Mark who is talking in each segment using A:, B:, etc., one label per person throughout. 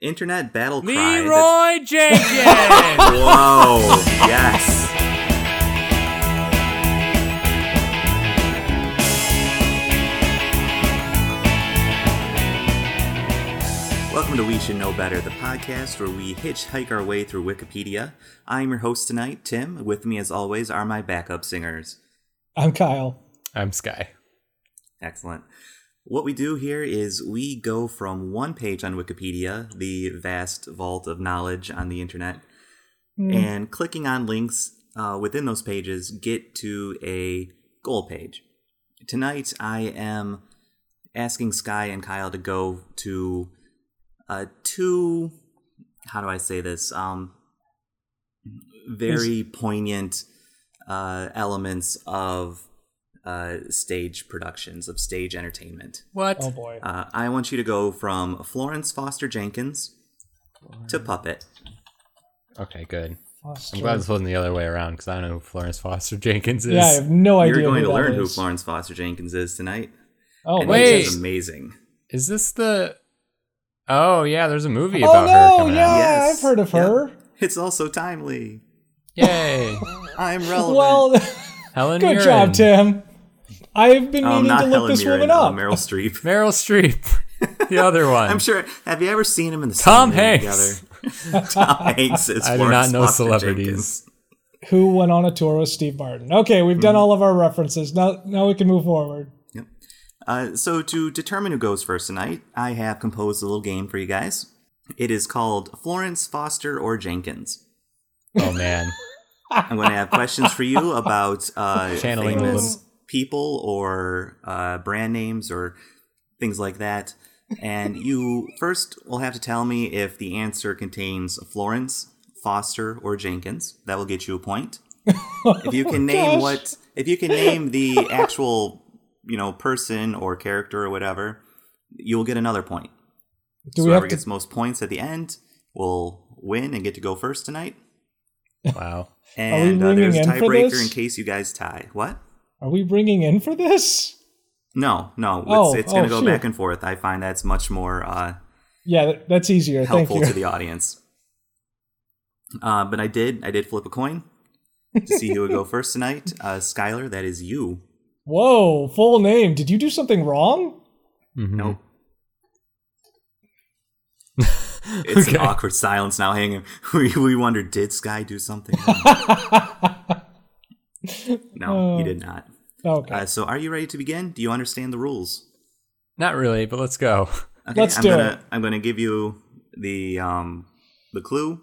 A: internet battle cry. that's-
B: Leroy Jenkins.
A: Whoa! yes. Welcome to We Should Know Better, the podcast where we hitchhike our way through Wikipedia. I'm your host tonight, Tim. With me, as always, are my backup singers.
C: I'm Kyle.
B: I'm Sky.
A: Excellent. What we do here is we go from one page on Wikipedia, the vast vault of knowledge on the internet, and clicking on links uh, within those pages get to a goal page. Tonight, I am asking Sky and Kyle to go to uh, two. How do I say this? Um, very poignant uh, elements of uh, stage productions of stage entertainment.
B: What?
C: Oh boy.
A: Uh, I want you to go from Florence Foster Jenkins to Puppet.
B: Oh, Okay, good.
C: Foster.
B: I'm glad this wasn't the other way around because I don't know who Florence Foster Jenkins is.
C: yeah, I have no idea.
A: You're going to
C: who that
A: learn who
C: is.
A: Florence Foster Jenkins is tonight.
C: Oh
A: and
B: wait.
A: it's amazing.
B: Is this the? Oh yeah, there's a movie
C: Oh
B: about her
C: no!
B: coming
C: Yeah,
B: out.
A: Yes.
C: I've heard of
A: Yep.
C: her.
A: It's also timely.
B: Yay!
A: I'm relevant.
C: Well,
B: Helen.
C: good
B: Mirren.
C: job, Tim. I've been
A: oh,
C: meaning
A: not
C: to look
A: Helen
C: this
A: Mirren,
C: woman
A: uh,
C: up.
A: Meryl Streep.
B: Meryl Streep, the other one.
A: I'm sure. Have you ever seen him in the same
B: Tom
A: room
B: Hanks.
A: Together? Tom Hanks is
B: I do
A: Florence
B: not know
A: Foster
B: celebrities.
A: Jenkins.
C: Who went on a tour with Steve Martin? Okay, we've
A: Hmm.
C: done all of our references. Now, now we can move forward.
A: Yep. Uh, so to determine who goes first tonight, I have composed a little game for you guys. It is called Florence Foster or Jenkins.
B: Oh man,
A: I'm going to have questions for you about uh,
B: Channeling the
A: famous people or uh, brand names or things like that. And you first will have to tell me if the answer contains Florence, Foster, or Jenkins. That will get you a point. If you can name
C: Oh gosh.
A: what, if you can name the actual, you know, person or character or whatever, you will get another point. So
C: Do we
A: whoever
C: have
A: gets
C: to?
A: most points at the end will win and get to go first tonight.
B: wow.
C: we
A: And uh, there's
C: ringing
A: a
C: in for
A: tiebreaker
C: this?
A: in case you guys tie. What?
C: Are we bringing in for this?
A: No, no. It's,
C: Oh,
A: it's going to go
C: oh, shoot.
A: back and forth. I find that's much more uh,
C: Yeah, that- that's easier. Thank
A: helpful
C: you.
A: to the audience. Uh, but I did, I did flip a coin to see who would go first tonight. Uh, Skylar, that is you.
C: Whoa, full name. Did you do something wrong?
B: Mhm.
A: Nope. it's
B: Okay.
A: an awkward silence now. Hanging, we we wonder did Sky do something? wrong? no, he did
C: Oh.
A: not.
C: Okay.
A: Uh, so, are you ready to begin? Do you understand the rules?
B: Not really, but let's go.
A: Okay,
C: Let's
A: I'm
C: do
A: gonna,
C: it.
A: I'm gonna give you the um the clue.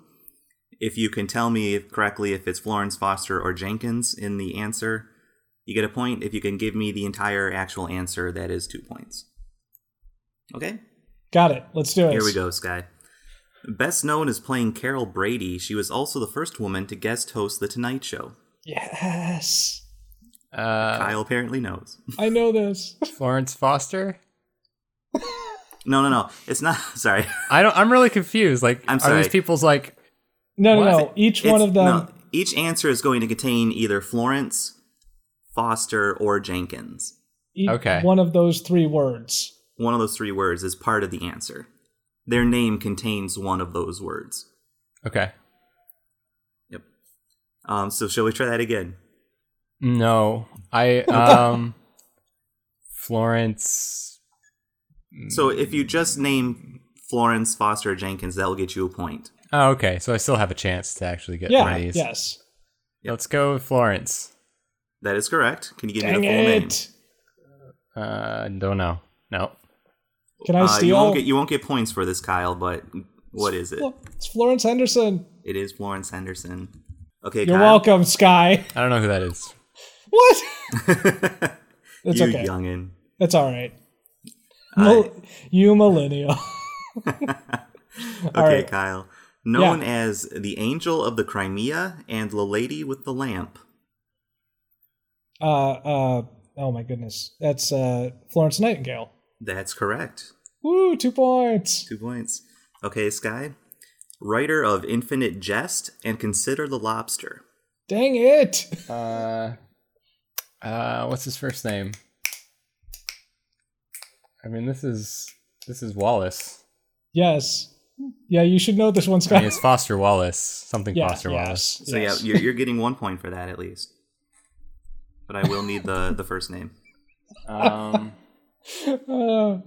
A: If you can tell me if- correctly if it's Florence Foster or Jenkins in the answer, you get a point. If you can give me the entire actual answer, that is two points. Okay,
C: Got it. Let's do it.
A: here we go, Sky. Best known as playing Carol Brady, she was also the first woman to guest host The Tonight Show.
C: Yes.
B: Uh,
A: Kyle apparently knows.
C: I know this.
B: Florence Foster.
A: No, no, no. It's not. Sorry.
B: I don't. I'm really confused. Like,
A: I'm
B: are
A: sorry.
B: these people's like?
C: No, no,
B: What?
C: no. Each
A: It's-
C: one of them.
A: no, each answer is going to contain either Florence, Foster, or Jenkins.
C: each
B: Okay.
C: e-, One of those three words.
A: One of those three words is part of the answer. Their name contains one of those words.
B: Okay.
A: Yep. Um, so shall we try that again?
B: No, I um, Florence.
A: So if you just name Florence, Foster, or Jenkins, that will get you a point.
B: Oh, okay. So I still have a chance to actually get one
C: Yeah.
B: of these.
C: Yes.
B: Let's go with Florence.
A: That is correct. Can you give
C: Dang
A: me the full name?
C: it!
B: Uh, don't know. No.
C: Can I
A: Uh, you
C: steal?
A: won't get you won't get points for this, Kyle. But what is it?
C: Flo- It's Florence Henderson.
A: It is Florence Henderson. Okay,
C: You're
A: Kyle.
C: welcome, Sky.
B: I don't know who that is.
C: What? That's
A: you
C: okay.
A: youngin.
C: That's all right. Mil- you millennial.
A: Okay,
C: right.
A: Kyle. Known
C: Yeah.
A: as the Angel of the Crimea and the Lady with the Lamp.
C: Uh, uh, oh my goodness. That's uh, Florence Nightingale.
A: That's correct.
C: Woo! Two points.
A: Two points. Okay, Sky. Writer of Infinite Jest and Consider the Lobster.
C: Dang it!
B: Uh, uh, what's his first name? I mean, this is this is Wallace.
C: Yes. Yeah, you should know this one,
B: I
C: Scott.
B: mean, it's Foster Wallace, something
C: yeah,
B: Foster Wallace.
C: yes,
A: So
C: yes.
A: yeah, you're, you're getting one point for that at least. But I will need the the first name.
B: Um,
C: Uh,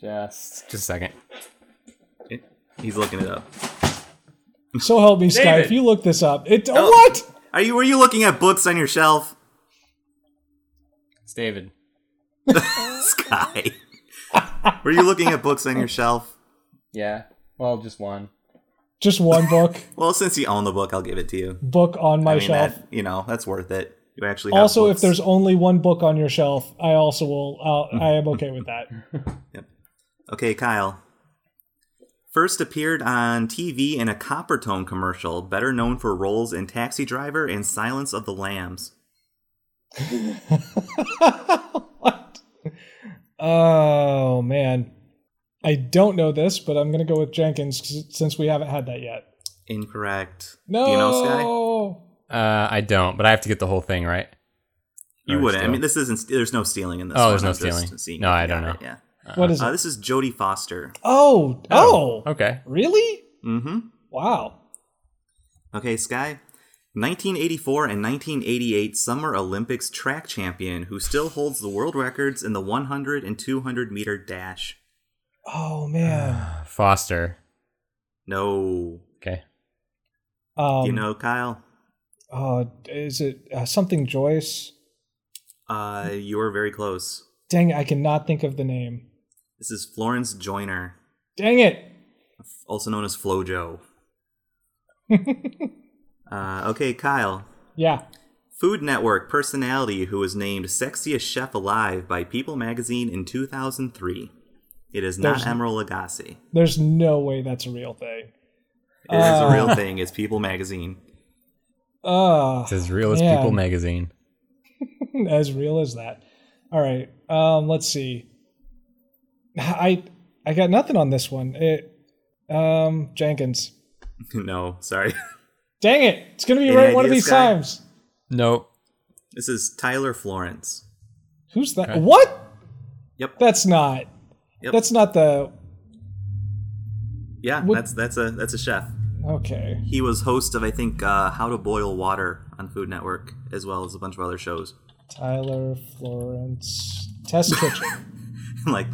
B: just just a second.
A: He's looking it up.
C: so help me, Scott.
B: David.
C: If you look this up, it
A: Oh.
C: what?
A: Are you were you looking at books on your shelf,
B: It's David.
A: Sky? were you looking at books on your shelf?
B: Yeah. Well, just one.
C: Just one book,
A: Well, since you own the book, I'll give it to you.
C: book on my
A: I mean,
C: shelf.
A: that, you know, that's worth it. You actually have
C: Also, if
A: books.
C: there's only one book on your shelf, I also will. I'll, I am okay with that.
A: okay, Kyle. First appeared on TV in a Coppertone commercial, better known for roles in Taxi Driver and Silence of the Lambs.
C: what? Oh man, I don't know this, but I'm gonna go with Jenkins 'cause- since we haven't had that yet.
A: Incorrect.
C: No,
A: Do you know Sky?
B: Uh, I don't, but I have to get the whole thing right.
A: You
B: Or
A: wouldn't. I
B: still-
A: mean, this isn't. There's no stealing in this.
B: Oh, there's
A: one.
B: no
A: I'm just
B: stealing.
A: seeing
B: No,
A: if
B: I
A: you
B: don't
A: got it,
C: what is
A: Yeah. Uh,
C: it?
A: this is Jodie Foster.
C: Oh, oh,
B: okay.
C: really?
A: Mm-hmm.
C: Wow.
A: Okay, Sky. 1984 and 1988 Summer Olympics track champion who still holds the world records in the 100 and 200 meter dash.
C: Oh man.
B: Foster.
A: No.
B: Okay.
C: Um,
A: Do you know, Kyle?
C: uh, is it uh, something Joyce?
A: Uh, you were very close.
C: Dang it, I cannot think of the name.
A: This is Florence Joyner,
C: Dang it.
A: also known as Flojo. uh, okay, Kyle.
C: Yeah.
A: Food Network personality who was named Sexiest Chef Alive by People magazine in 2003. It is not
C: There's-
A: Emeril Lagasse.
C: There's no way that's a real thing.
A: It is a
C: Uh.
A: real thing. It's People magazine.
C: Uh,
B: It's as real as
C: Man.
B: People magazine.
C: as real as that. All right. Um, let's see. I I got nothing on this one. It, um, Jenkins.
A: no, sorry.
C: Dang it! It's gonna be
A: Any
C: right one of
A: ideas,
C: these
A: Sky?
C: times.
B: Nope.
A: This is Tyler Florence.
C: Who's that?
B: Okay.
C: What?
A: Yep.
C: That's not.
A: Yep.
C: That's not the.
A: Yeah,
C: What-
A: that's that's a that's a chef.
C: Okay.
A: He was host of I think uh, How to Boil Water on Food Network, as well as a bunch of other shows.
C: Tyler Florence Test Kitchen.
A: like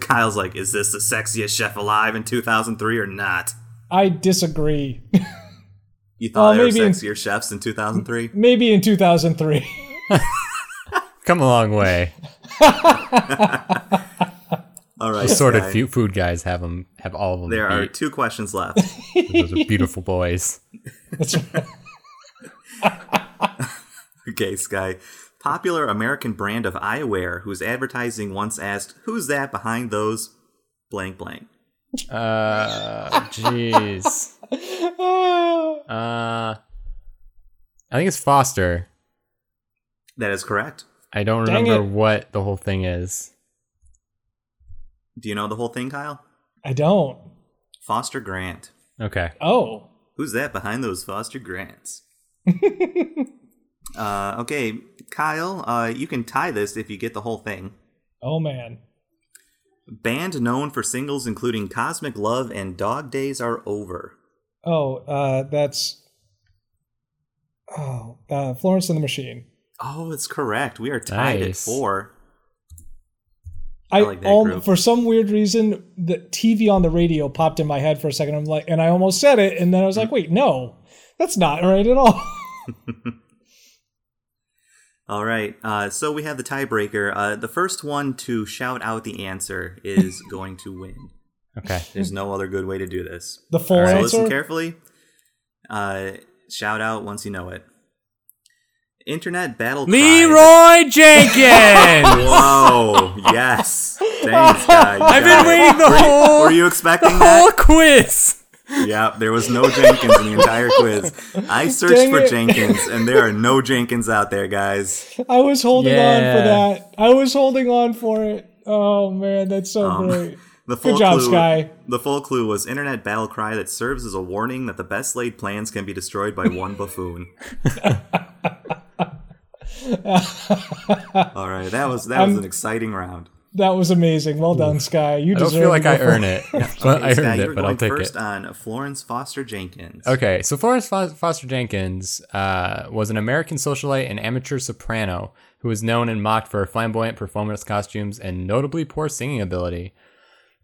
A: Kyle's like, is this the sexiest chef alive in 2003 or not?
C: I disagree.
A: You thought
C: Oh,
A: there were
C: maybe in-
A: sexier chefs in 2003?
C: Maybe in 2003.
B: Come a long way.
A: All right,
B: Assorted
A: Sky.
B: few food guys have them. Have all of them.
A: There are
B: beat.
A: two questions left.
B: Those are beautiful boys.
C: That's right.
A: okay, Sky. Popular American brand of eyewear whose advertising once asked, "Who's that behind those?" Blank blank.
B: Uh, jeez.
C: Ah.
B: Uh, I think it's Foster.
A: That is correct.
B: I don't
C: Dang
B: remember
C: it.
B: what the whole thing is.
A: Do you know the whole thing, Kyle?
C: I don't.
A: Foster Grant.
B: Okay.
C: Oh.
A: Who's that behind those Foster Grants? uh, okay, Kyle, uh, you can tie this if you get the whole thing.
C: Oh man.
A: Band known for singles including Cosmic Love and Dog Days Are Over.
C: Oh, uh, that's. Oh, uh, Florence and the Machine.
A: Oh, it's correct. We are tied at
B: Nice.
A: four.
C: I,
A: like that
C: al-
A: group.
C: for some weird reason the TV on the radio popped in my head for a second. I'm like, and I almost said it, and then I was
A: Hmm.
C: like, wait, no, that's not right at all.
A: All right, uh, so we have the tiebreaker. Uh, the first one to shout out the answer is going to win.
B: Okay.
A: There's no other good way to do this.
C: The full
B: All right.
A: So
C: answer.
A: listen carefully. Uh, shout out once you know it. Internet battle. cry.
B: Leroy Jenkins.
A: Whoa! yes. Thanks, guy. You
B: I've
A: got
B: been
A: it.
B: waiting the whole
A: Were you expecting
B: the whole
A: that?
B: quiz.
A: Yeah, there was no Jenkins in the entire quiz. I searched
C: Dang
A: for
C: it.
A: Jenkins, and there are no Jenkins out there, guys.
C: I was holding on for
B: Yeah.
C: that. I was holding on for it. Oh man, that's so
A: Um.
C: great.
A: The full
C: job,
A: clue,
C: Sky.
A: The full clue was internet battle cry that serves as a warning that the best laid plans can be destroyed by one buffoon. All right, that was that was
C: I'm- Um,
A: an exciting round.
C: That was amazing. Well done, Sky. You
B: Hmm. I don't
C: deserve.
B: feel like
C: to
B: I
C: go
B: earn
C: first.
B: it. But I
A: Okay, Sky,
B: earned
A: you're
B: it, but I'll
A: going
B: take
A: first
B: it.
A: on Florence Foster Jenkins.
B: Okay, so Florence Fos- Foster Jenkins uh, was an American socialite and amateur soprano who was known and mocked for her flamboyant performance costumes and notably poor singing ability.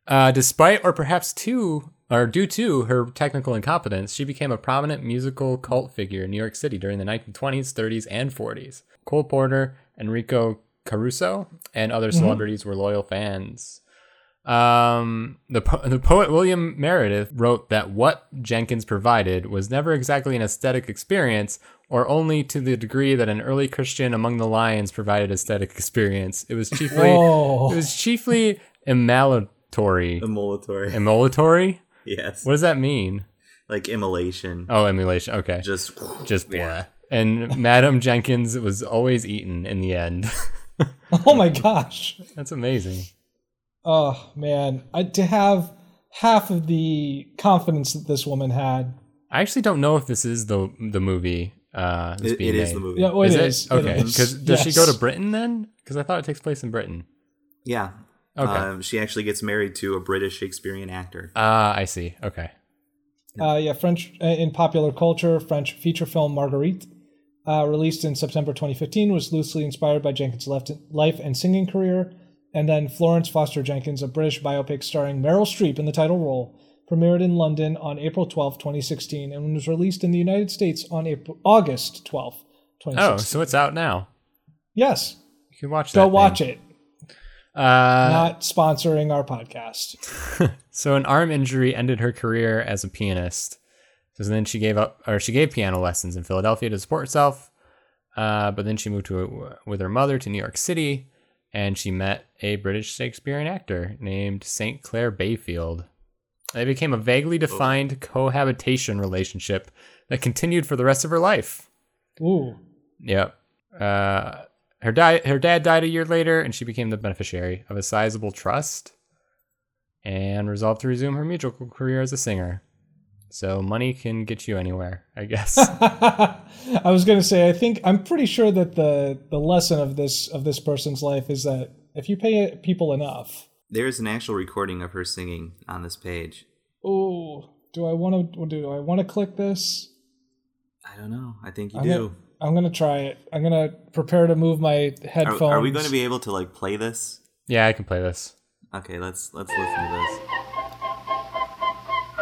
B: Uh, despite, or perhaps to, or due to her technical incompetence, she became a prominent musical cult figure in New York City during the 1920s, 30s, and 40s. Cole Porter, Enrico Caruso, and other celebrities were loyal fans. Um, the, po- the poet William Meredith wrote that what Jenkins provided was never exactly an aesthetic experience, or only to the degree that an early Christian among the lions provided aesthetic experience. It was chiefly
C: Whoa.
B: it was chiefly emulatory.
A: Immolatory.
B: Emulatory?
A: yes.
B: What does that mean?
A: Like immolation.
B: Oh, emulation. Okay, just,
A: Just
B: just blah. And Madam Jenkins was always eaten in the end.
C: Oh my gosh.
B: That's amazing.
C: Oh man, I, to have half of the confidence that this woman had.
B: I actually don't know if this is the the movie. Uh, that's
A: It-
B: being
A: it is
B: made.
A: the movie.
C: Yeah, well,
B: Is
C: it
B: it?
C: is.
B: okay?
C: It is.
B: Because does she
C: Yes.
B: go to Britain then? Because I thought it takes place in Britain.
A: Yeah.
B: Okay.
A: Um, she actually gets married to a British Shakespearean actor.
B: Ah, I see. Okay.
C: Uh, yeah, French uh, in popular culture, French feature film Marguerite, uh, released in September 2015, was loosely inspired by Jenkins' left, life and singing career. And then Florence Foster Jenkins, a British biopic starring Meryl Streep in the title role, premiered in London on April 12, 2016, and was released in the United States on April, August 12,
B: Oh,
C: 2016.
B: so it's out now.
C: yes,
B: You can watch that.
C: go watch it.
B: it. Uh,
C: Not sponsoring our podcast.
B: So an arm injury ended her career as a pianist. So then she gave up, or she gave piano lessons in Philadelphia to support herself. Uh, but then she moved to with her mother to New York City, and she met a British Shakespearean actor named Saint Clair Bayfield. They became a vaguely defined cohabitation relationship that continued for the rest of her life.
C: Ooh.
B: Yep. Uh, her di- her dad died a year later, and she became the beneficiary of a sizable trust, and resolved to resume her musical career as a singer. So money can get you anywhere, I guess.
C: I was going to say, I think I'm pretty sure that the the lesson of this of this person's life is that if you pay people enough,
A: There is an actual recording of her singing on this page.
C: oh, do I want to do I want to click this?
A: I don't know. I think you
C: I'm
A: do.
C: Gonna, I'm going to try it. I'm going to prepare to move my headphones.
A: Are, are we going to be able to like play this?
B: yeah, I can play this.
A: Okay, let's let's listen to this.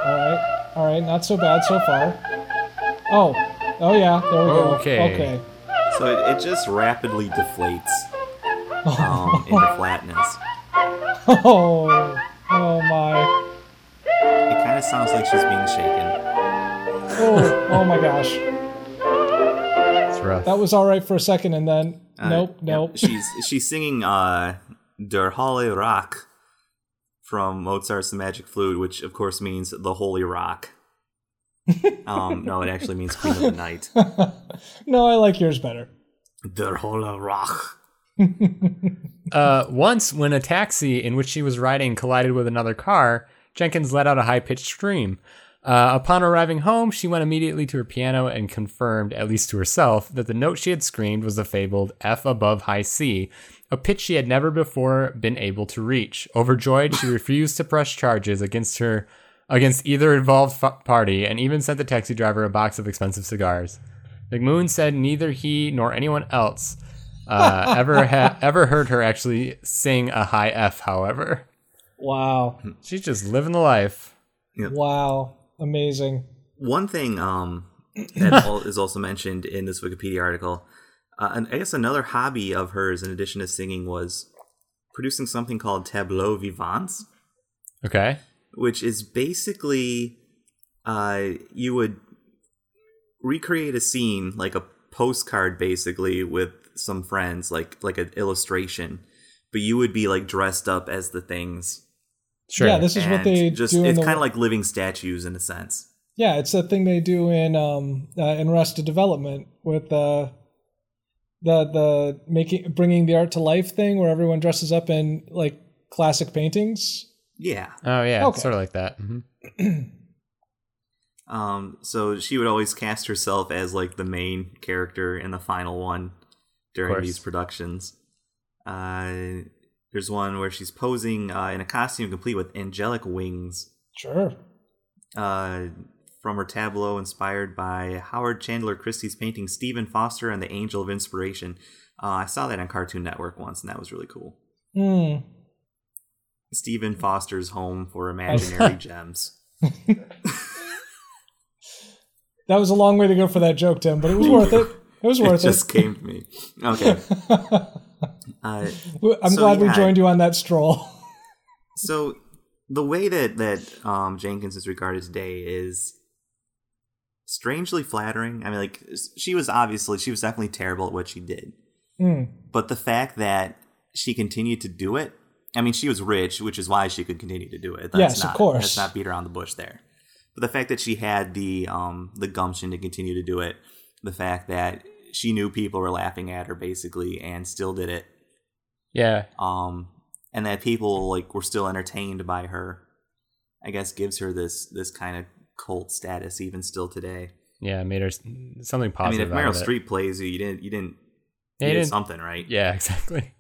C: All right, all right, not so bad so far. Oh, oh yeah, there we go.
B: Okay.
C: okay.
A: So it, it just rapidly deflates um, into flatness.
C: Oh, oh my,
A: It kind of sounds like she's being shaken.
C: oh, oh my gosh.
B: It's rough.
C: That was all right for a second, and then
A: Uh,
C: nope,
A: yep,
C: nope.
A: She's she's singing uh, Der Holle Rock from Mozart's The Magic Flute, which of course means the Holy Rock. um, no, it actually means Queen of the Night.
C: no, I like yours better.
A: Der Holle Rock.
B: uh, once, when a taxi in which she was riding collided with another car, Jenkins let out a high pitched scream. Uh, upon arriving home, she went immediately to her piano and confirmed, at least to herself, that the note she had screamed was the fabled F above high C, a pitch she had never before been able to reach. Overjoyed, she refused to press charges against her against either involved f- party and even sent the taxi driver a box of expensive cigars. McMoon said neither he nor anyone else uh, ever ha- ever heard her actually sing a high F. However,
C: Wow.
B: she's just living the life.
C: Wow. Amazing.
A: One thing um, that al- is also mentioned in this Wikipedia article, uh, and I guess another hobby of hers, in addition to singing, was producing something called tableaux vivants,
B: Okay.
A: which is basically uh, you would recreate a scene like a postcard, basically with some friends, like like an illustration, but you would be like dressed up as the things.
B: Sure.
C: Yeah, this is
A: and
C: what they
A: just
C: do in
A: it's
C: the
A: kind of like living statues in a sense.
C: Yeah, it's that thing they do in um uh, in Arrested Development with uh the the making bringing the art to life thing where everyone dresses up in like classic paintings.
A: Yeah.
B: oh yeah,
C: Okay.
B: sort of like that. Mhm.
A: Um, so she would always cast herself as like the main character in the final one during
B: course.
A: these productions. Uh, There's one where she's posing uh, in a costume complete with angelic wings
C: Sure.
A: uh, from her tableau inspired by Howard Chandler Christie's painting Stephen Foster and the Angel of Inspiration. Uh, I saw that on Cartoon Network once, and that was really cool.
C: Hmm.
A: Stephen Foster's home for imaginary gems.
C: That was a long way to go for that joke, Tim, but it was worth it. It was
A: It
C: worth it.
A: just came to me. Okay. Uh,
C: I'm
A: So,
C: glad we
A: yeah.
C: joined you on that stroll.
A: so the way that that um, Jenkins is regarded today is strangely flattering. I mean, like s- she was obviously she was definitely terrible at what she did,
C: Hmm.
A: but the fact that she continued to do it. I mean, she was rich, which is why she could continue to do it. That's
C: Yes, of
A: not,
C: course.
A: Let's not beat around the bush there. But the fact that she had the um, the gumption to continue to do it, the fact that she knew people were laughing at her basically and still did it,
B: Yeah,
A: um, and that people like were still entertained by her. I guess gives her this this kind of cult status even still today.
B: yeah, made her s- something
A: I mean, if
B: positive. out
A: Meryl
B: of it.
A: Streep plays you, you didn't you didn't
B: Yeah,
A: you did
B: didn't-
A: something right.
B: yeah, exactly.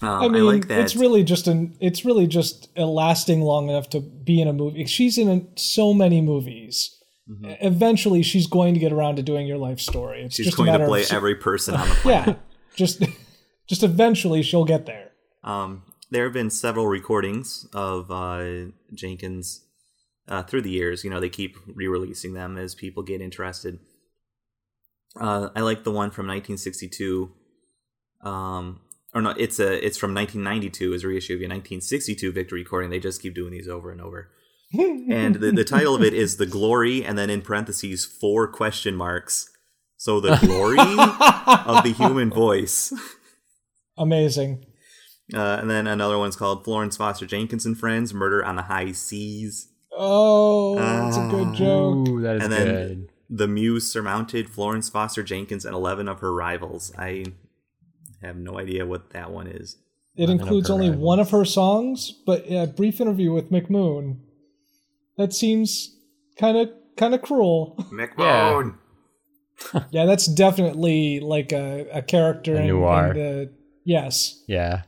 A: Um,
C: I mean,
A: like that.
C: it's really just an it's really just a lasting long enough to be in a movie. She's in so many movies.
A: Mhm.
C: Eventually, she's going to get around to doing your life story. It's
A: She's
C: just a
A: going
C: matter
A: to play
C: of
A: every person on the planet.
C: yeah, just just eventually she'll get there.
A: Um, there have been several recordings of uh, Jenkins uh, through the years. You know, they keep re-releasing them as people get interested. Uh, I like the one from 1962. Um, or no, it's a it's from 1992 is a reissue of a 1962 victory recording. They just keep doing these over and over. and the, the title of it is "The Glory," and then in parentheses four question marks. So the glory of the human voice.
C: Amazing.
A: Uh, and then another one's called Florence Foster Jenkins and Friends: Murder on the High Seas.
C: Oh, that's a
A: Ah.
C: good joke.
B: Ooh, that is
A: And then-
B: good.
A: The Muse surmounted Florence Foster Jenkins and eleven of her rivals. I have no idea what that one is.
C: It
B: None of
C: includes
B: her
C: only
B: rivals.
C: one of her songs, but a brief interview with McMoon. That seems kind of kind of cruel.
A: McMahon.
C: yeah, that's definitely like a, a character
B: A
C: in, in
B: noir.
C: the yes.
B: Yeah.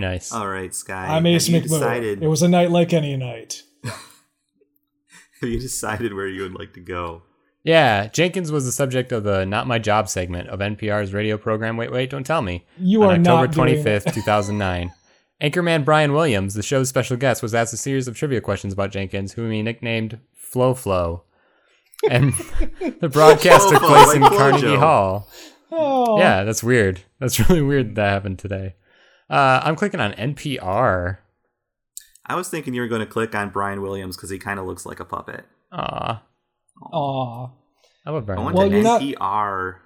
B: nice.
A: All right, Sky.
C: I'm Ace
A: have you
C: McMoon.
A: decided?
C: It was a night like any night.
A: Have you decided where you would like to go?
B: Yeah, Jenkins was the subject of the Not My Job segment of NPR's radio program Wait Wait Don't Tell Me
C: You
B: on
C: are
B: October
C: not doing that.
B: 25th, 2009. Anchorman Brian Williams, the show's special guest, was asked a series of trivia questions about Jenkins, whom he nicknamed Flo Flo. And the broadcast took
A: Flo Flo,
B: place in
A: like Flojo.
B: Carnegie Hall.
C: Oh,
B: Yeah, that's weird. That's really weird that happened today. Uh, I'm clicking on NPR.
A: I was thinking you were going to click on Brian Williams because he kind of looks like a puppet.
B: Aw,
C: Aw.
B: I love
A: I
B: Brian.
A: want
C: Well,
A: an
C: you're not-
A: NPR.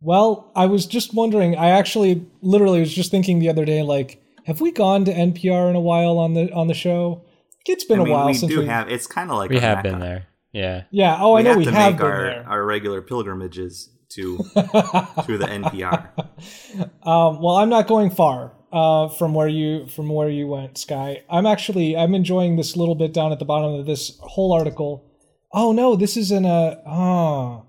C: Well, I was just wondering. I actually, literally, was just thinking the other day, like, have we gone to NPR in a while on the on the show? It's been
A: I mean,
C: a while
A: we
C: since
A: do
C: we
A: have. It's kind of like
B: we
A: a
B: have been
A: Mecca.
B: there. Yeah.
C: Yeah. Oh, I know
A: have
C: we
A: to
C: have
A: make
C: been
A: our,
C: there.
A: our regular pilgrimages to to the NPR.
C: um, well, I'm not going far uh, from where you from where you went, Sky. I'm actually I'm enjoying this little bit down at the bottom of this whole article. Oh no, this is in a oh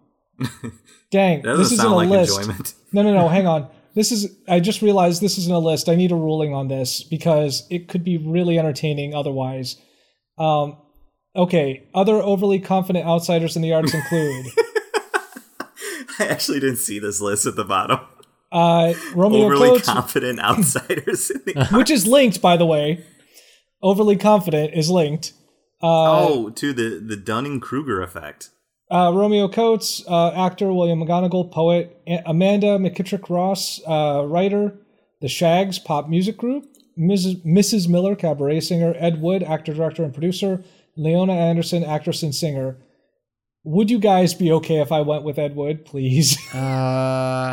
C: dang,
A: That doesn't
C: this is in
A: sound
C: a
A: like
C: list.
A: enjoyment.
C: No, no, no. Hang on. This is. I just realized this isn't a list. I need a ruling on this because it could be really entertaining otherwise. Um, okay. Other overly confident outsiders in the arts include
A: I actually didn't see this list at the bottom.
C: uh, Romeo
A: Overly
C: Coates,
A: confident outsiders. In the,
C: which is linked, by the way. Overly confident is linked. Uh,
A: oh, to the the Dunning Kruger effect.
C: uh, Romeo Coates, uh, actor William McGonagall, poet A- Amanda McKittrick Ross, uh, writer, The Shags Pop Music Group, Mrs. Mrs. Miller, cabaret singer, Ed Wood, actor, director, and producer, Leona Anderson, actress and singer. Would you guys be okay if I went with Ed Wood, please?
B: Uh,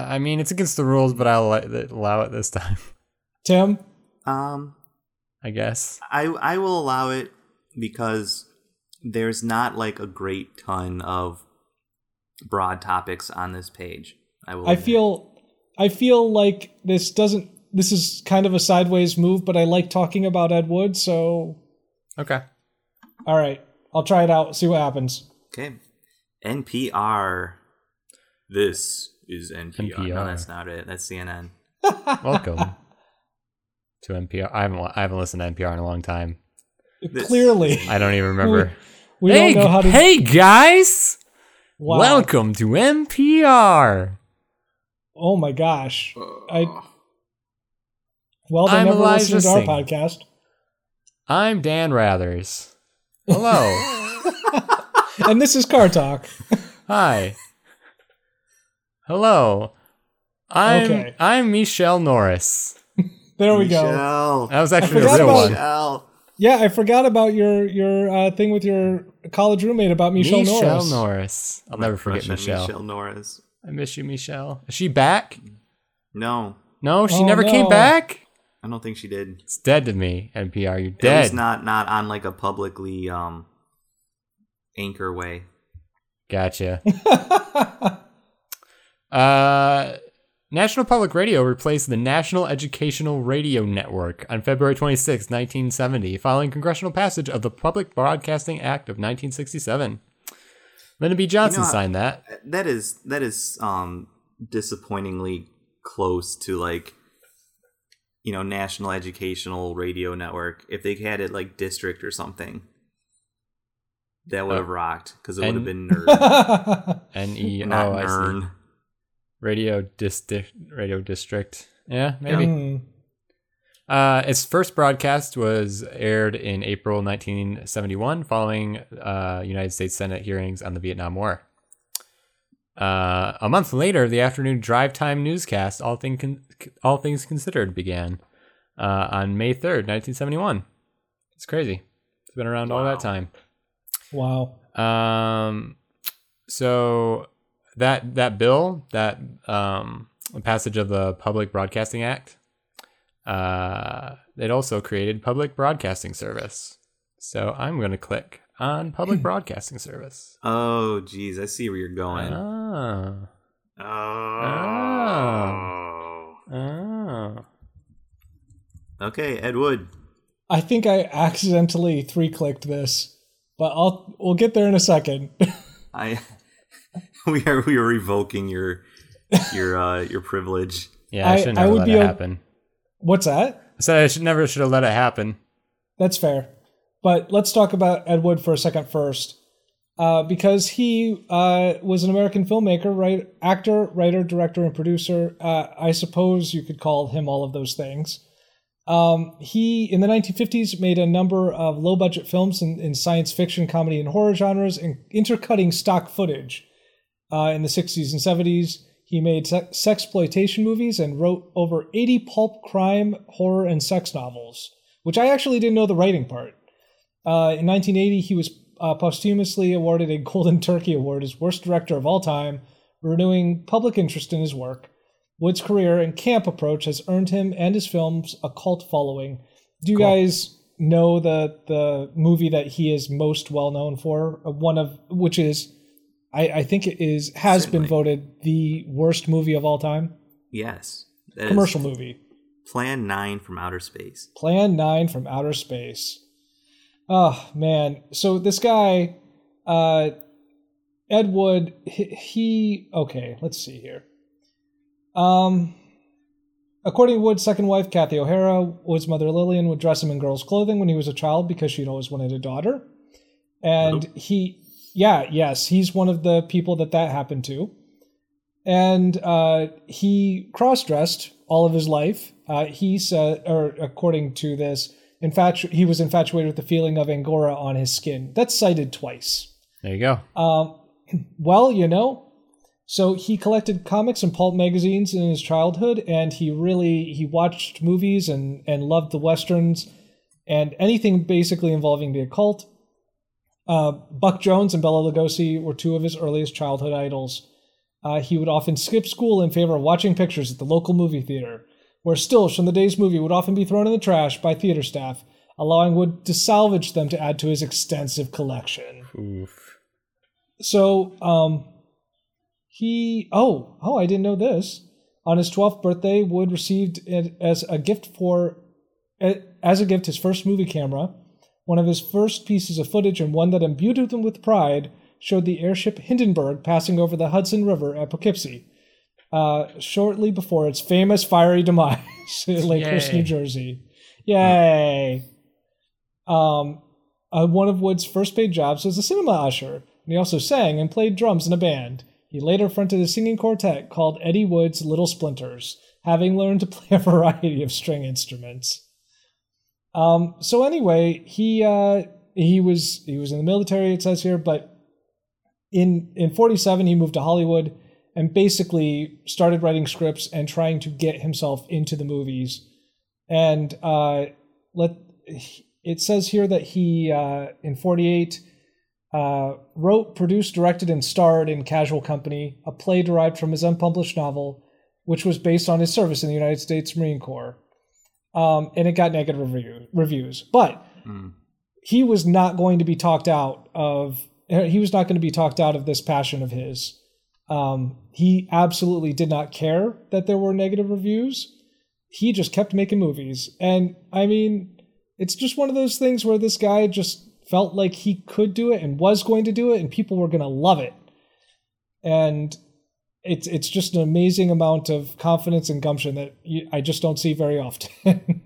B: I mean, it's against the rules, but I'll let it- allow it this time,
C: Tim?
A: Um,
B: I guess.
A: I I will allow it because there's not like a great ton of broad topics on this page. I will.
C: I
A: admit.
C: feel I feel like this doesn't this is kind of a sideways move, but I like talking about Ed Wood, so
B: Okay.
C: all right. I'll try it out, see what happens.
A: Okay. NPR. This is NPR. No,
B: NPR.
A: that's not it. That's CNN.
B: Welcome to NPR. I haven't I haven't listened to NPR in a long time.
C: Clearly,
B: I don't even remember.
C: we
B: hey,
C: don't know how to.
B: hey guys!
C: Wow.
B: Welcome to NPR.
C: Oh my gosh! I well, they
B: I'm
C: never
B: Elijah
C: listened to our
B: Singh.
C: podcast.
B: I'm Dan Rathers. Hello.
C: and this is Car Talk.
B: Hi. Hello. I'm
C: Okay.
B: I'm Michelle Norris.
C: There we go.
A: Michelle.
B: That was actually
C: forgot
B: a real
C: about-
B: one.
A: Michelle.
C: Yeah, I forgot about your your uh, thing with your college roommate about Michelle, Norris.
B: Norris. I'll never forget
A: Russian
B: Michelle.
A: Michelle Norris.
B: I miss you, Michelle. Is she back?
A: No,
B: No, she
C: Oh,
B: never came
C: no.
B: back.
A: I don't think she did.
B: It's dead to me. NPR, you're
A: At least
B: dead.
A: not not on like a publicly um anchor way.
B: Gotcha. uh, National Public Radio replaced the National Educational Radio Network on February 26, 1970, following congressional passage of the Public Broadcasting Act of 1967. Lyndon B. Johnson
A: You know,
B: signed that.
A: That is that is um disappointingly close to like you know National Educational Radio Network. If they had it like district or something, that would have
B: Oh.
A: rocked because it would have been
B: And-
A: nerd,
B: N E O
A: not
B: I C.
A: nerd.
B: Radio district. Radio district. Yeah, maybe.
C: Hmm.
B: Uh, its first broadcast was aired in April 1971, following uh, United States Senate hearings on the Vietnam War. Uh, a month later, the afternoon drive time newscast, All, Thing Con- All Things Considered, began uh, on May 3rd, 1971. It's crazy. It's been around all
A: Wow.
B: that time.
C: Wow.
B: Um, so that that bill, that um, passage of the Public Broadcasting Act, uh, it also created Public Broadcasting Service. So I'm going to click on Public Broadcasting Service.
A: Oh, geez, I see where you're going.
B: Ah,
A: Oh.
B: ah.
A: Okay, Ed Wood.
C: I think I accidentally three clicked this, but I'll we'll get there in a second.
A: I we are we are revoking your your uh your privilege.
B: Yeah, I,
C: I-
B: should
C: I
B: never
C: would
B: let
C: be
B: it
C: o-
B: happen.
C: What's that?
B: I said I should never should have let it happen.
C: That's fair. But let's talk about Ed Wood for a second first, uh, because he uh, was an American filmmaker, right? Actor, writer, director, and producer. Uh, I suppose you could call him all of those things. Um, he, in the 1950s, made a number of low budget films in, in science fiction, comedy, and horror genres, and intercutting stock footage. Uh, in the 60s and 70s, he made sex exploitation movies and wrote over 80 pulp crime, horror, and sex novels, which I actually didn't know the writing part. Uh, in 1980, he was uh, posthumously awarded a Golden Turkey Award as worst director of all time, renewing public interest in his work. Wood's career and camp approach has earned him and his films a cult following. Do you guys know the the movie that he is most well known for? Uh, One of which is, I, I think it is has
A: Certainly.
C: been voted the worst movie of all time.
A: Yes. That is
C: Commercial movie.
A: Plan nine from outer space.
C: Plan 9 from Outer Space. Oh, man. So this guy, uh, Ed Wood, he, he. Okay, let's see here. Um, according to Wood's second wife, Kathy O'Hara, Wood's mother, Lillian, would dress him in girls' clothing when he was a child because she'd always wanted a daughter. And he, yeah, yes, he's one of the people that that happened to and uh, he cross-dressed all of his life. Uh, he said, or according to this, infatu- he was infatuated with the feeling of angora on his skin. That's cited twice.
B: There you go.
C: Um, well, you know, so he collected comics and pulp magazines in his childhood, and he really he watched movies and and loved the westerns and anything basically involving the occult. Uh, Buck Jones and Bela Lugosi were two of his earliest childhood idols. Uh, he would often skip school in favor of watching pictures at the local movie theater, where stills from the day's movie would often be thrown in the trash by theater staff, allowing Wood to salvage them to add to his extensive collection
B: Oof.
C: so um he oh oh i didn't know this on his 12th birthday wood received it as a gift for as a gift his first movie camera one of his first pieces of footage and one that imbued him with pride showed the airship hindenburg passing over the hudson river at poughkeepsie uh, shortly before its famous fiery demise in Lakehurst,
B: Yay.
C: New Jersey. Yay! Um, uh, one of Wood's first paid jobs was a cinema usher, and he also sang and played drums in a band. He later fronted a singing quartet called Eddie Wood's Little Splinters, having learned to play a variety of string instruments. Um, so anyway, he uh, he was he was in the military, it says here, but in in 47 he moved to hollywood and basically started writing scripts and trying to get himself into the movies and uh let it says here that he uh in 48 uh, wrote, produced, directed, and starred in Casual Company, a play derived from his unpublished novel, which was based on his service in the United States Marine Corps. Um, and it got negative review, reviews. But
A: Mm.
C: he was not going to be talked out of uh, he was not going to be talked out of this passion of his um, he absolutely did not care that there were negative reviews he just kept making movies and i mean it's just one of those things where this guy just felt like he could do it and was going to do it and people were going to love it and it's it's just an amazing amount of confidence and gumption that you, i just don't see very often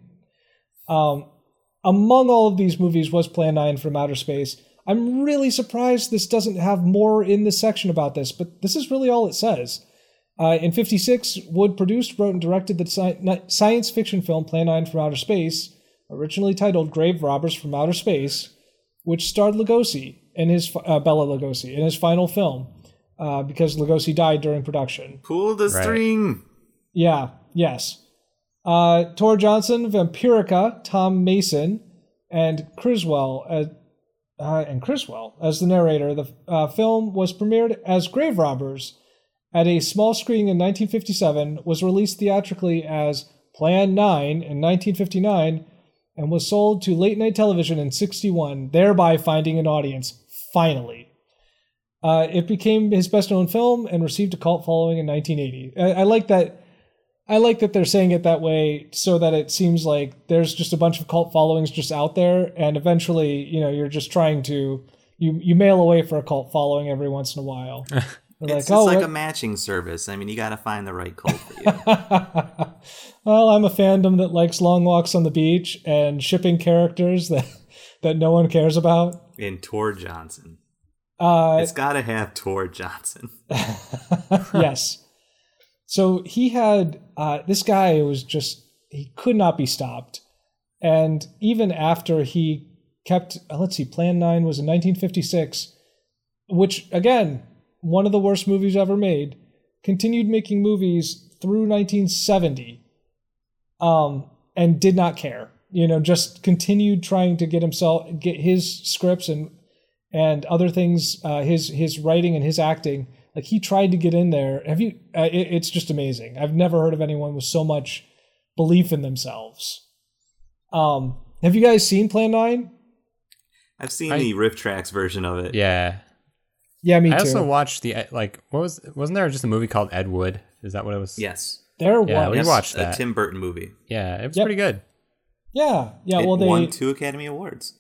C: um, among all of these movies was Plan 9 from Outer Space. I'm really surprised this doesn't have more in this section about this, but this is really all it says. Uh, in 56, Wood produced, wrote, and directed the sci- ni- science fiction film Plan 9 from Outer Space, originally titled Grave Robbers from Outer Space, which starred Lugosi in his fi- uh, Bella Lugosi in his final film, uh, because Lugosi died during production.
A: Pull the
B: Right.
A: string.
C: Yeah, yes. Uh, Tor Johnson, Vampirica, Tom Mason, and Criswell as, uh, and Criswell as the narrator. The uh, film was premiered as Grave Robbers at a small screening in 1957, was released theatrically as Plan 9 in 1959, and was sold to late night television in 61, thereby finding an audience finally. Uh, it became his best known film and received a cult following in 1980. I, I like that. I like that they're saying it that way so that it seems like there's just a bunch of cult followings just out there, and eventually, you know, you're just trying to you you mail away for a cult following every once in a while. They're
A: It's just like
C: oh, what-
A: a matching service. I mean, you got to find the right cult for you.
C: well, I'm a fandom that likes long walks on the beach and shipping characters that that no one cares about.
A: and Tor Johnson.
C: Uh,
A: It's got to have Tor Johnson.
C: yes. So he had uh, this guy was just he could not be stopped, and even after he kept uh, let's see, Plan Nine was in 1956, which again one of the worst movies ever made. Continued making movies through 1970, um, and did not care. You know, just continued trying to get himself get his scripts and and other things uh, his his writing and his acting like he tried to get in there have you uh, it, it's just amazing i've never heard of anyone with so much belief in themselves um have you guys seen plan 9
A: I've seen
B: I-
A: the riff tracks version of it.
B: Yeah.
C: yeah me
B: I
C: too
B: also watched the like what was wasn't there just a movie called Ed Wood? Is that what it was?
A: Yes.
C: there
B: Yeah,
C: was
B: we watched
A: A
B: that.
A: Tim Burton movie.
B: Yeah, it was
C: Yep.
B: pretty good.
C: yeah yeah
A: it
C: well they
A: won two Academy Awards.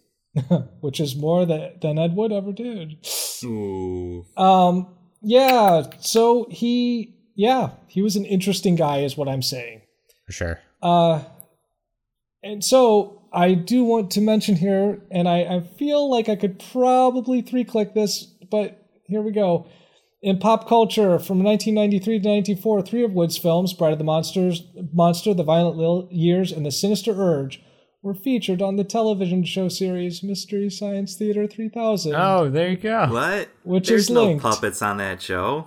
C: which is more that, than ed wood ever did
A: Ooh.
C: um yeah so he yeah he was an interesting guy is what i'm saying
B: For sure.
C: Uh, and so I do want to mention here, and I, I feel like I could probably three click this, but here we go. In pop culture, from 1993 to 1994, three of Wood's films, Bride of the Monsters, Monster, The Violent Lil- Years, and The Sinister Urge, were featured on the television show series Mystery Science Theater 3000.
B: Oh, there you go.
A: What?
C: Which
A: There's
C: is
A: no
C: linked.
A: puppets on that show.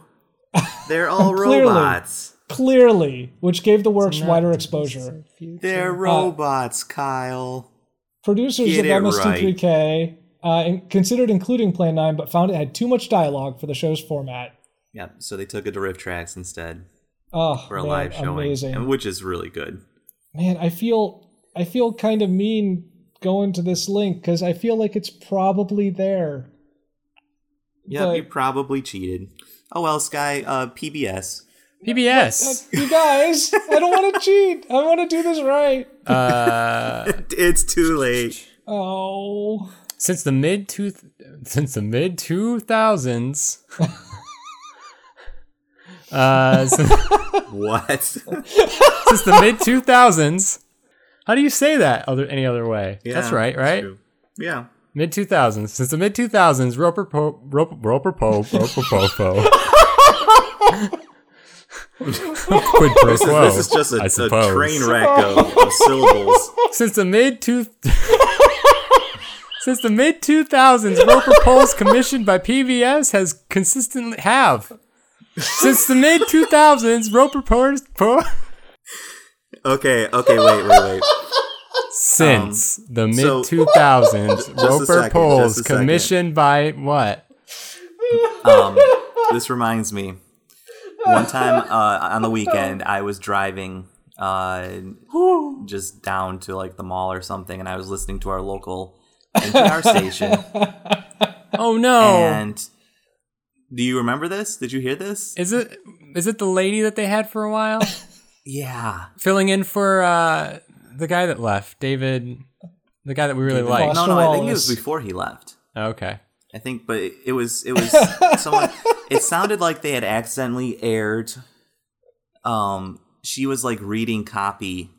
A: They're all
C: Clearly.
A: robots.
C: Clearly, which gave the works wider exposure.
A: They're
C: Oh.
A: robots, Kyle.
C: producers
A: Get it
C: of MST3K uh, in- considered including Plan 9, but found it had too much dialogue for the show's format.
A: Yep. So they took it to riff tracks instead
C: Oh,
A: for a
C: man,
A: live showing,
C: amazing.
A: and- which is really good.
C: man, I feel I feel kind of mean going to this link because I feel like it's probably there.
A: Yep.
C: But-
A: you probably cheated. Oh well, Sky. Uh, PBS.
C: Uh,
B: PBS.
C: you guys, I don't want to cheat. I want to do this right.
B: Uh,
A: It's too late.
C: Oh,
B: since the mid two since the mid two thousands, Uh, since,
A: What?
B: since the mid 2000s. How do you say that other any other way?
A: Yeah,
B: that's right,
A: that's
B: right?
A: true. Yeah.
B: Mid 2000s. Since the mid 2000s, Roper Pope, Roper, Roper Pope, Roper Popo. Quid pro
A: This is,
B: quo,
A: this is just a,
B: I
A: a
B: suppose.
A: train wreck of, of syllables.
B: Since the mid two. Since the mid 2000s, Roper polls commissioned by PBS has consistently have. Since the mid 2000s, Roper polls po-
A: Okay, okay, wait, wait, wait.
B: since the mid
A: Um, so-
B: 2000s,
A: a
B: Roper
A: second,
B: polls
A: just a second.
B: commissioned by what?
A: Um, this reminds me. One time uh, on the weekend, I was driving uh, just down to like the mall or something, and I was listening to our local NPR station.
B: Oh no.
A: And do you remember this? Did you hear this?
B: is it is it the lady that they had for a while
A: Yeah.
B: filling in for uh the guy that left, David the guy that we really
C: Foster.
B: liked.
A: No, no, I think it was
C: Wallace.
A: before he left.
B: Okay.
A: I think, but it, it was it was someone. It sounded like they had accidentally aired. Um, she was like reading copy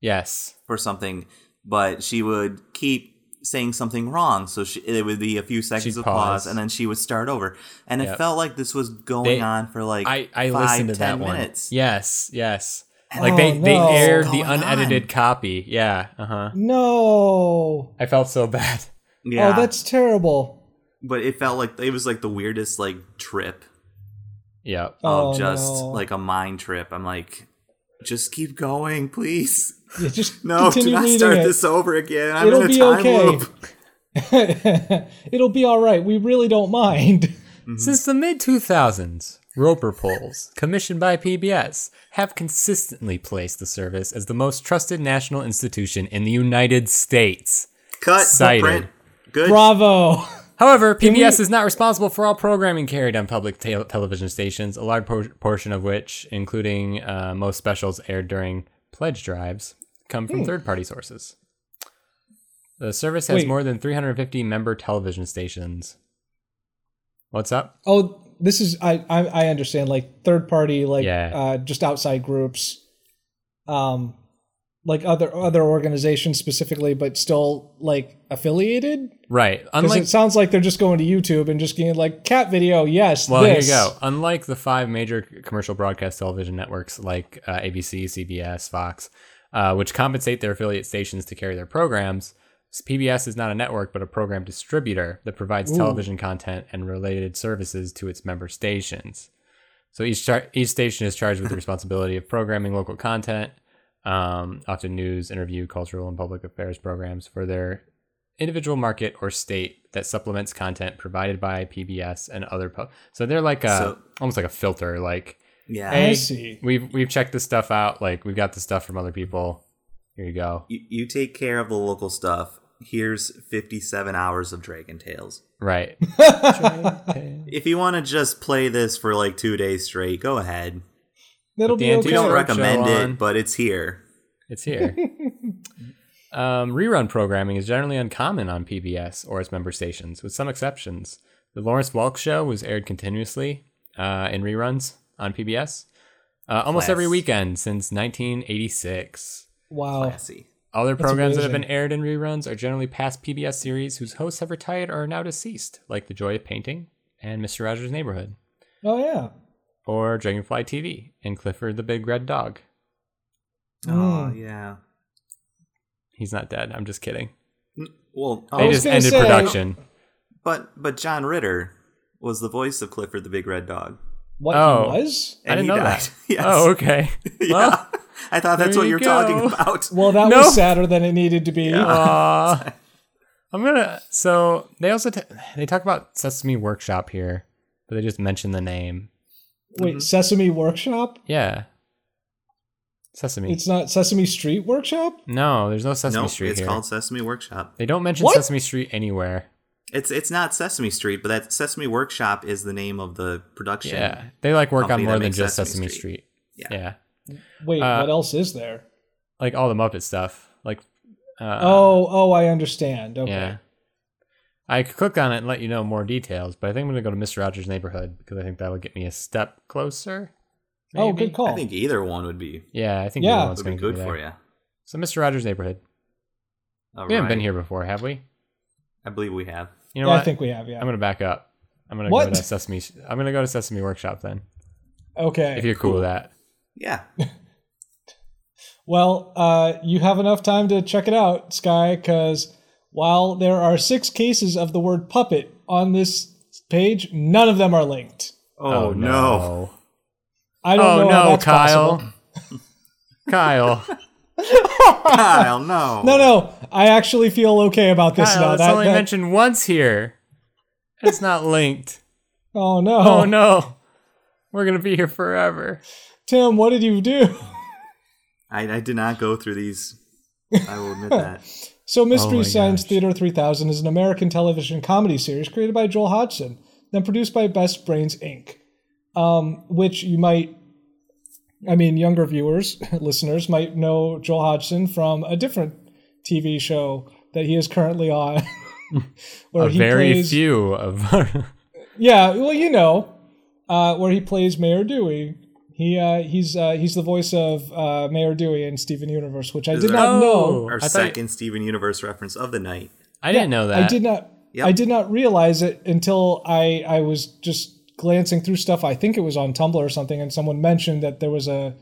B: Yes.
A: or something, but she would keep saying something wrong. So she, it would be a few seconds
B: She'd
A: of pause.
B: pause.
A: and then she would start over. And it
B: Yep.
A: felt like this was going
B: They-
A: on for like
B: I I
A: five,
B: listened to
A: ten
B: that one.
A: minutes.
B: Yes, yes.
A: And
B: Like
C: Oh,
B: they they
C: no.
B: aired the
A: What's going
B: unedited
A: on?
B: copy. Yeah. Uh huh.
C: No.
B: I felt so bad.
A: Yeah,
C: Oh, that's terrible.
A: but it felt like it was like the weirdest like trip
B: Yeah.
C: Oh,
A: of just
C: no.
A: like a mind trip. I'm like, just keep going, please.
C: Yeah, just
A: No, do
C: continue
A: not
C: reading
A: start
C: it.
A: this over again. I'm
C: It'll
A: in a
C: be
A: time
C: okay.
A: loop.
C: It'll be all right. We really don't mind.
B: Since the mid 2000s, Roper polls, commissioned by PBS, have consistently placed the service as the most trusted national institution in the United States.
A: Cut.
B: Cited.
A: Print. Good.
C: Bravo.
B: However, PBS
C: we-
B: is not responsible for all programming carried on public tel- television stations, a large por- portion of which, including uh, most specials aired during pledge drives, come
C: Hmm.
B: from third party sources. The service has
C: Wait.
B: more than 350 member television stations. What's up?
C: Oh, this is I I, I understand like third party like
B: Yeah.
C: uh, just outside groups, um, like other other organizations specifically, but still like affiliated.
B: Right.
C: Because
B: Unlike
C: it sounds like they're just going to YouTube and just getting like cat video. Yes.
B: Well,
C: this.
B: here you go. Unlike the five major commercial broadcast television networks like uh, ABC, CBS, Fox, uh, which compensate their affiliate stations to carry their programs, PBS is not a network but a program distributor that provides television content and related services to its member stations. So each char- each station is charged with the responsibility of programming local content, um, often news, interview, cultural, and public affairs programs for their individual market or state that supplements content provided by PBS and other pub. So they're like a
A: So-
B: almost like a filter. Like
A: Yeah.
C: I
B: Hey.
C: see.
B: we've we've checked this stuff out. Like we've got the stuff from other people. Here you go.
A: You, you take care of the local stuff. Here's 57 hours of Dragon Tales.
B: Right.
A: If you want to just play this for like two days straight, go ahead.
C: That'll
B: Put the
C: be
B: antique
A: We don't
B: Sure,
C: okay.
A: recommend
B: show on.
A: it, but it's here.
B: It's here. um, rerun programming is generally uncommon on PBS or its member stations, with some exceptions. The Lawrence Welk Show was aired continuously uh, in reruns on PBS uh, almost
A: Class.
B: every weekend since 1986. Oh.
C: Wow.
A: Classy.
B: Other programs that have been
C: amazing.
B: aired in reruns are generally past PBS series whose hosts have retired or are now deceased, like The Joy of Painting and Mr. Rogers' Neighborhood,
C: Oh yeah.
B: or Dragonfly TV and Clifford the Big Red Dog. Mm.
A: Oh, yeah.
B: He's not dead. I'm just kidding.
A: Well,
B: They
A: oh,
C: was
B: just
C: gonna
B: ended
C: say-
B: production.
A: but but John Ritter was the voice of Clifford the Big Red Dog.
C: What
B: Oh.
C: he was?
B: I didn't
A: he
B: know
A: died.
B: that.
A: Yes.
B: Oh, okay.
A: yeah. I thought that's
B: there
A: what
B: you
A: you were talking
B: go.
A: about.
C: Well, that
B: No.
C: was sadder than it needed to be.
B: Uh, I'm gonna. So they also t- they talk about Sesame Workshop here, but they just mention the name. Mm-hmm.
C: Wait, Sesame Workshop?
B: Yeah, Sesame.
C: It's not Sesame Street Workshop?
B: no, there's no Sesame
A: No,
B: Street
A: it's
B: here.
A: called Sesame Workshop.
B: They don't mention
C: What?
B: Sesame Street anywhere.
A: It's it's not Sesame Street, but that Sesame Workshop is the name of the production.
B: Yeah, they like work on
A: Company
B: more
A: that
B: than
A: makes
B: just Sesame
A: Sesame
B: Street.
A: Yeah.
B: yeah,
C: Wait,
B: Uh,
C: what else is there?
B: like all the Muppet stuff. Like, uh,
C: oh, oh, I understand. Okay.
B: yeah. I could click on it and let you know more details, but I think I'm gonna go to Mr. Rogers' Neighborhood because I think that'll get me a step closer.
C: Oh,
B: Maybe.
C: good call.
A: I think either one would be
B: Yeah, I think
C: Yeah.
B: yeah, one's
A: would be
B: going
A: good for you.
B: So, Mister Rogers' Neighborhood.
A: All
B: we haven't been
A: right.
B: here before, have we?
A: I believe we have.
B: You know
C: yeah,
B: what?
C: I think we have. Yeah.
B: I'm gonna back up. I'm gonna
C: What?
B: go to Sesame. I'm gonna go to Sesame Workshop then.
C: okay.
B: If you're cool,
A: cool.
B: with that.
A: Yeah.
C: Well, uh, you have enough time to check it out, Sky, because while there are six cases of the word puppet on this page, none of them are linked.
A: Oh, no.
C: I don't
B: Oh
C: know how
B: no,
C: that's
B: Kyle.
C: possible.
B: Kyle.
A: Kyle, no.
C: No, no, I actually feel okay about this now.
B: Kyle, it's
C: That-
B: only
C: that-
B: mentioned once here. It's not linked.
C: oh no,
B: Oh no. We're gonna be here forever.
C: Tim, what did you do?
A: I, I did not go through these. I will admit that.
C: So, Mystery
B: Oh my
C: Science
B: gosh.
C: Theater 3000 is an American television comedy series created by Joel Hodgson, then produced by Best Brains Inc., um, which you might, I mean, younger viewers, listeners, might know Joel Hodgson from a different TV show that he is currently on. where
B: A very few of our
C: Yeah, well, you know, uh, where he plays Mayor Dewey. He uh, he's uh, he's the voice of uh, Mayor Dewey in Steven Universe, which I did
A: there-
C: not know.
B: Oh,
A: Our
B: I thought-
A: second Steven Universe reference of the night.
B: I didn't know that.
C: I did not.
A: Yep.
C: I did not realize it until I I was just glancing through stuff. I think it was on Tumblr or something, and someone mentioned that there was a,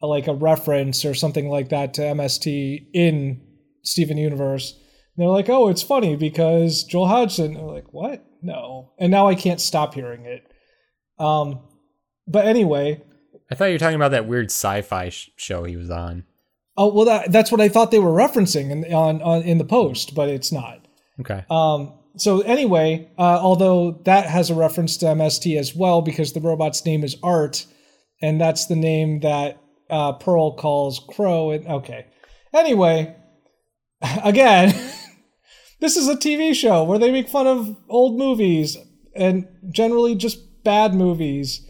C: a like a reference or something like that to MST in Steven Universe. And they're like, "Oh, it's funny because Joel Hodgson." And I'm like, "What? No!" And now I can't stop hearing it. Um, but anyway,
B: I thought you were talking about that weird sci-fi sh- show he was on.
C: oh well, that, that's what I thought they were referencing in, on, on in the post, but it's not.
B: Okay.
C: Um, so anyway, uh, although that has a reference to MST as well, because the robot's name is Art, and that's the name that uh, Pearl calls Crow. And okay, anyway, again, this is a TV show where they make fun of old movies and generally just bad movies,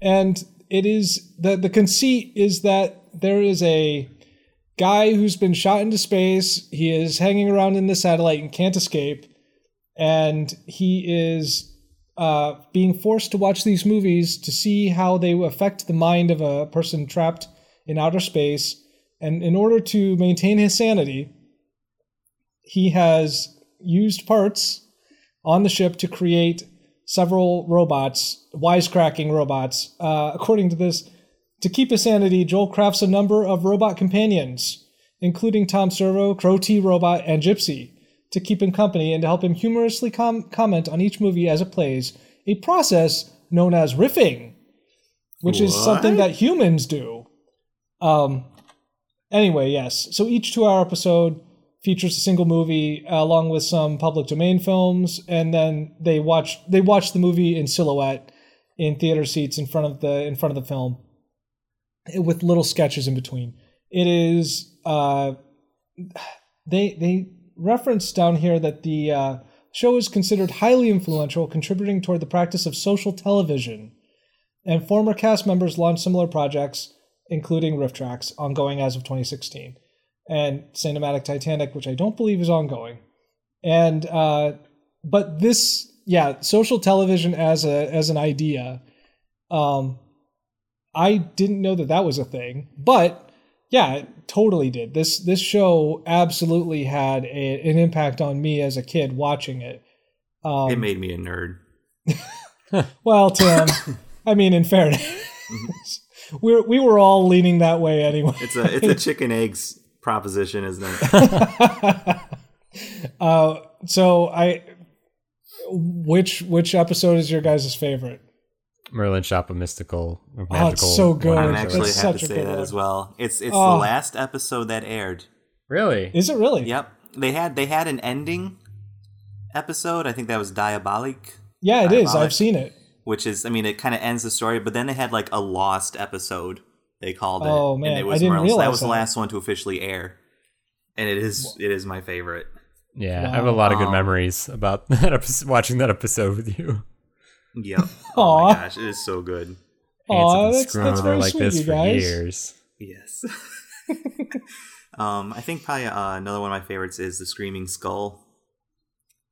C: and it is the the conceit is that there is a guy who's been shot into space. He is hanging around in the satellite and can't escape. And he is uh, being forced to watch these movies to see how they affect the mind of a person trapped in outer space. And in order to maintain his sanity, he has used parts on the ship to create several robots, wisecracking robots. Uh, according to this, to keep his sanity, Joel crafts a number of robot companions, including Tom Servo, Crow T Robot, and Gypsy, to keep him company and to help him humorously com- comment on each movie as it plays, a process known as riffing, which is something
A: What?
C: that humans do. Um, anyway, yes. So each two hour episode features a single movie uh, along with some public domain films, and then they watch they watch the movie in silhouette in theater seats in front of the in front of the film with little sketches in between. It is uh, they they reference down here that the uh, show is considered highly influential, contributing toward the practice of social television, and former cast members launched similar projects, including Riff Tracks, ongoing as of 2016, and Cinematic Titanic, which I don't believe is ongoing, and uh, but this yeah social television as a as an idea. Um, I didn't know that that was a thing, but yeah, it totally did. This this show absolutely had a, an impact on me as a kid watching it. Um,
A: It made me a nerd.
C: well, Tim, I mean, in fairness,
B: Mm-hmm.
C: we're, we were all leaning that way anyway.
A: It's a it's a chicken eggs proposition, isn't it?
C: Uh, so I, which which episode is your guys' favorite?
B: Merlin Shop of Mystical. of
C: Oh, it's
B: Magical
C: so good.
B: Wonders
A: I'm
B: or
A: actually
C: That's
A: have
C: such
A: to
C: a
A: say
C: good
A: that
C: one.
A: as well. It's it's
C: Oh.
A: the last episode that aired.
B: Really?
C: Is it really?
A: Yep. They had they had an ending episode. I think that was Diabolic,
C: Yeah, it is.
A: Diabolic.
C: I've seen it.
A: which is I mean it kind of ends the story, but then they had like a lost episode they called it.
C: Oh, man,
A: and it
C: I
A: was
C: didn't
A: Merle's.
C: realize
A: That was
C: that.
A: the last one to officially air. And it is it is my favorite.
B: Yeah, I have a lot of good
A: Wow.
B: memories about that episode, watching that episode with you.
A: Yep. oh
C: Aw.
A: my gosh, it is so good.
B: Ants
C: Aw,
B: have been
C: that's-
B: screwing
C: that's
B: over
C: very
B: like
C: sweet of
B: this
C: you
B: for
C: guys.
B: years.
A: Yes. um, I think probably uh, another one of my favorites is the Screaming Skull.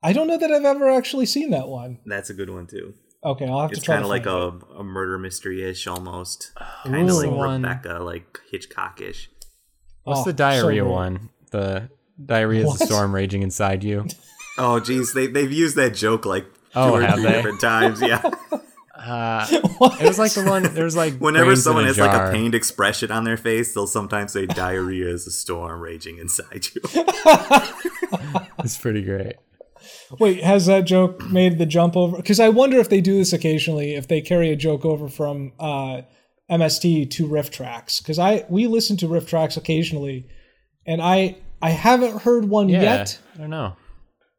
C: I don't know that I've ever actually seen that one.
A: That's a good one too.
C: Okay, I'll have
A: It's
C: to try.
A: kind
C: to
A: of like
C: find
A: a, a murder mystery ish almost, kind of
B: Ooh.
A: like
B: One-
A: Rebecca, like Hitchcockish.
B: What's the
C: Oh, so
B: diarrhea
C: good.
B: one? The diarrhea is the
C: What?
B: storm raging inside you.
A: Oh, geez, they they've used that joke like two
B: Oh,
A: or
B: have
A: three
B: they?
A: different times. Yeah,
B: Uh,
C: it. What?
B: it was like the one. There was like
A: whenever
B: brains in
A: someone
B: a
A: has like a
B: jar.
A: pained expression on their face, they'll sometimes say diarrhea is a storm raging inside you.
B: It's pretty great.
C: Wait, has that joke made the jump over? Because I wonder if they do this occasionally, if they carry a joke over from uh, MST to riff tracks. Because I we listen to riff tracks occasionally, and I I haven't heard one
B: Yeah,
C: yet,
B: I don't know.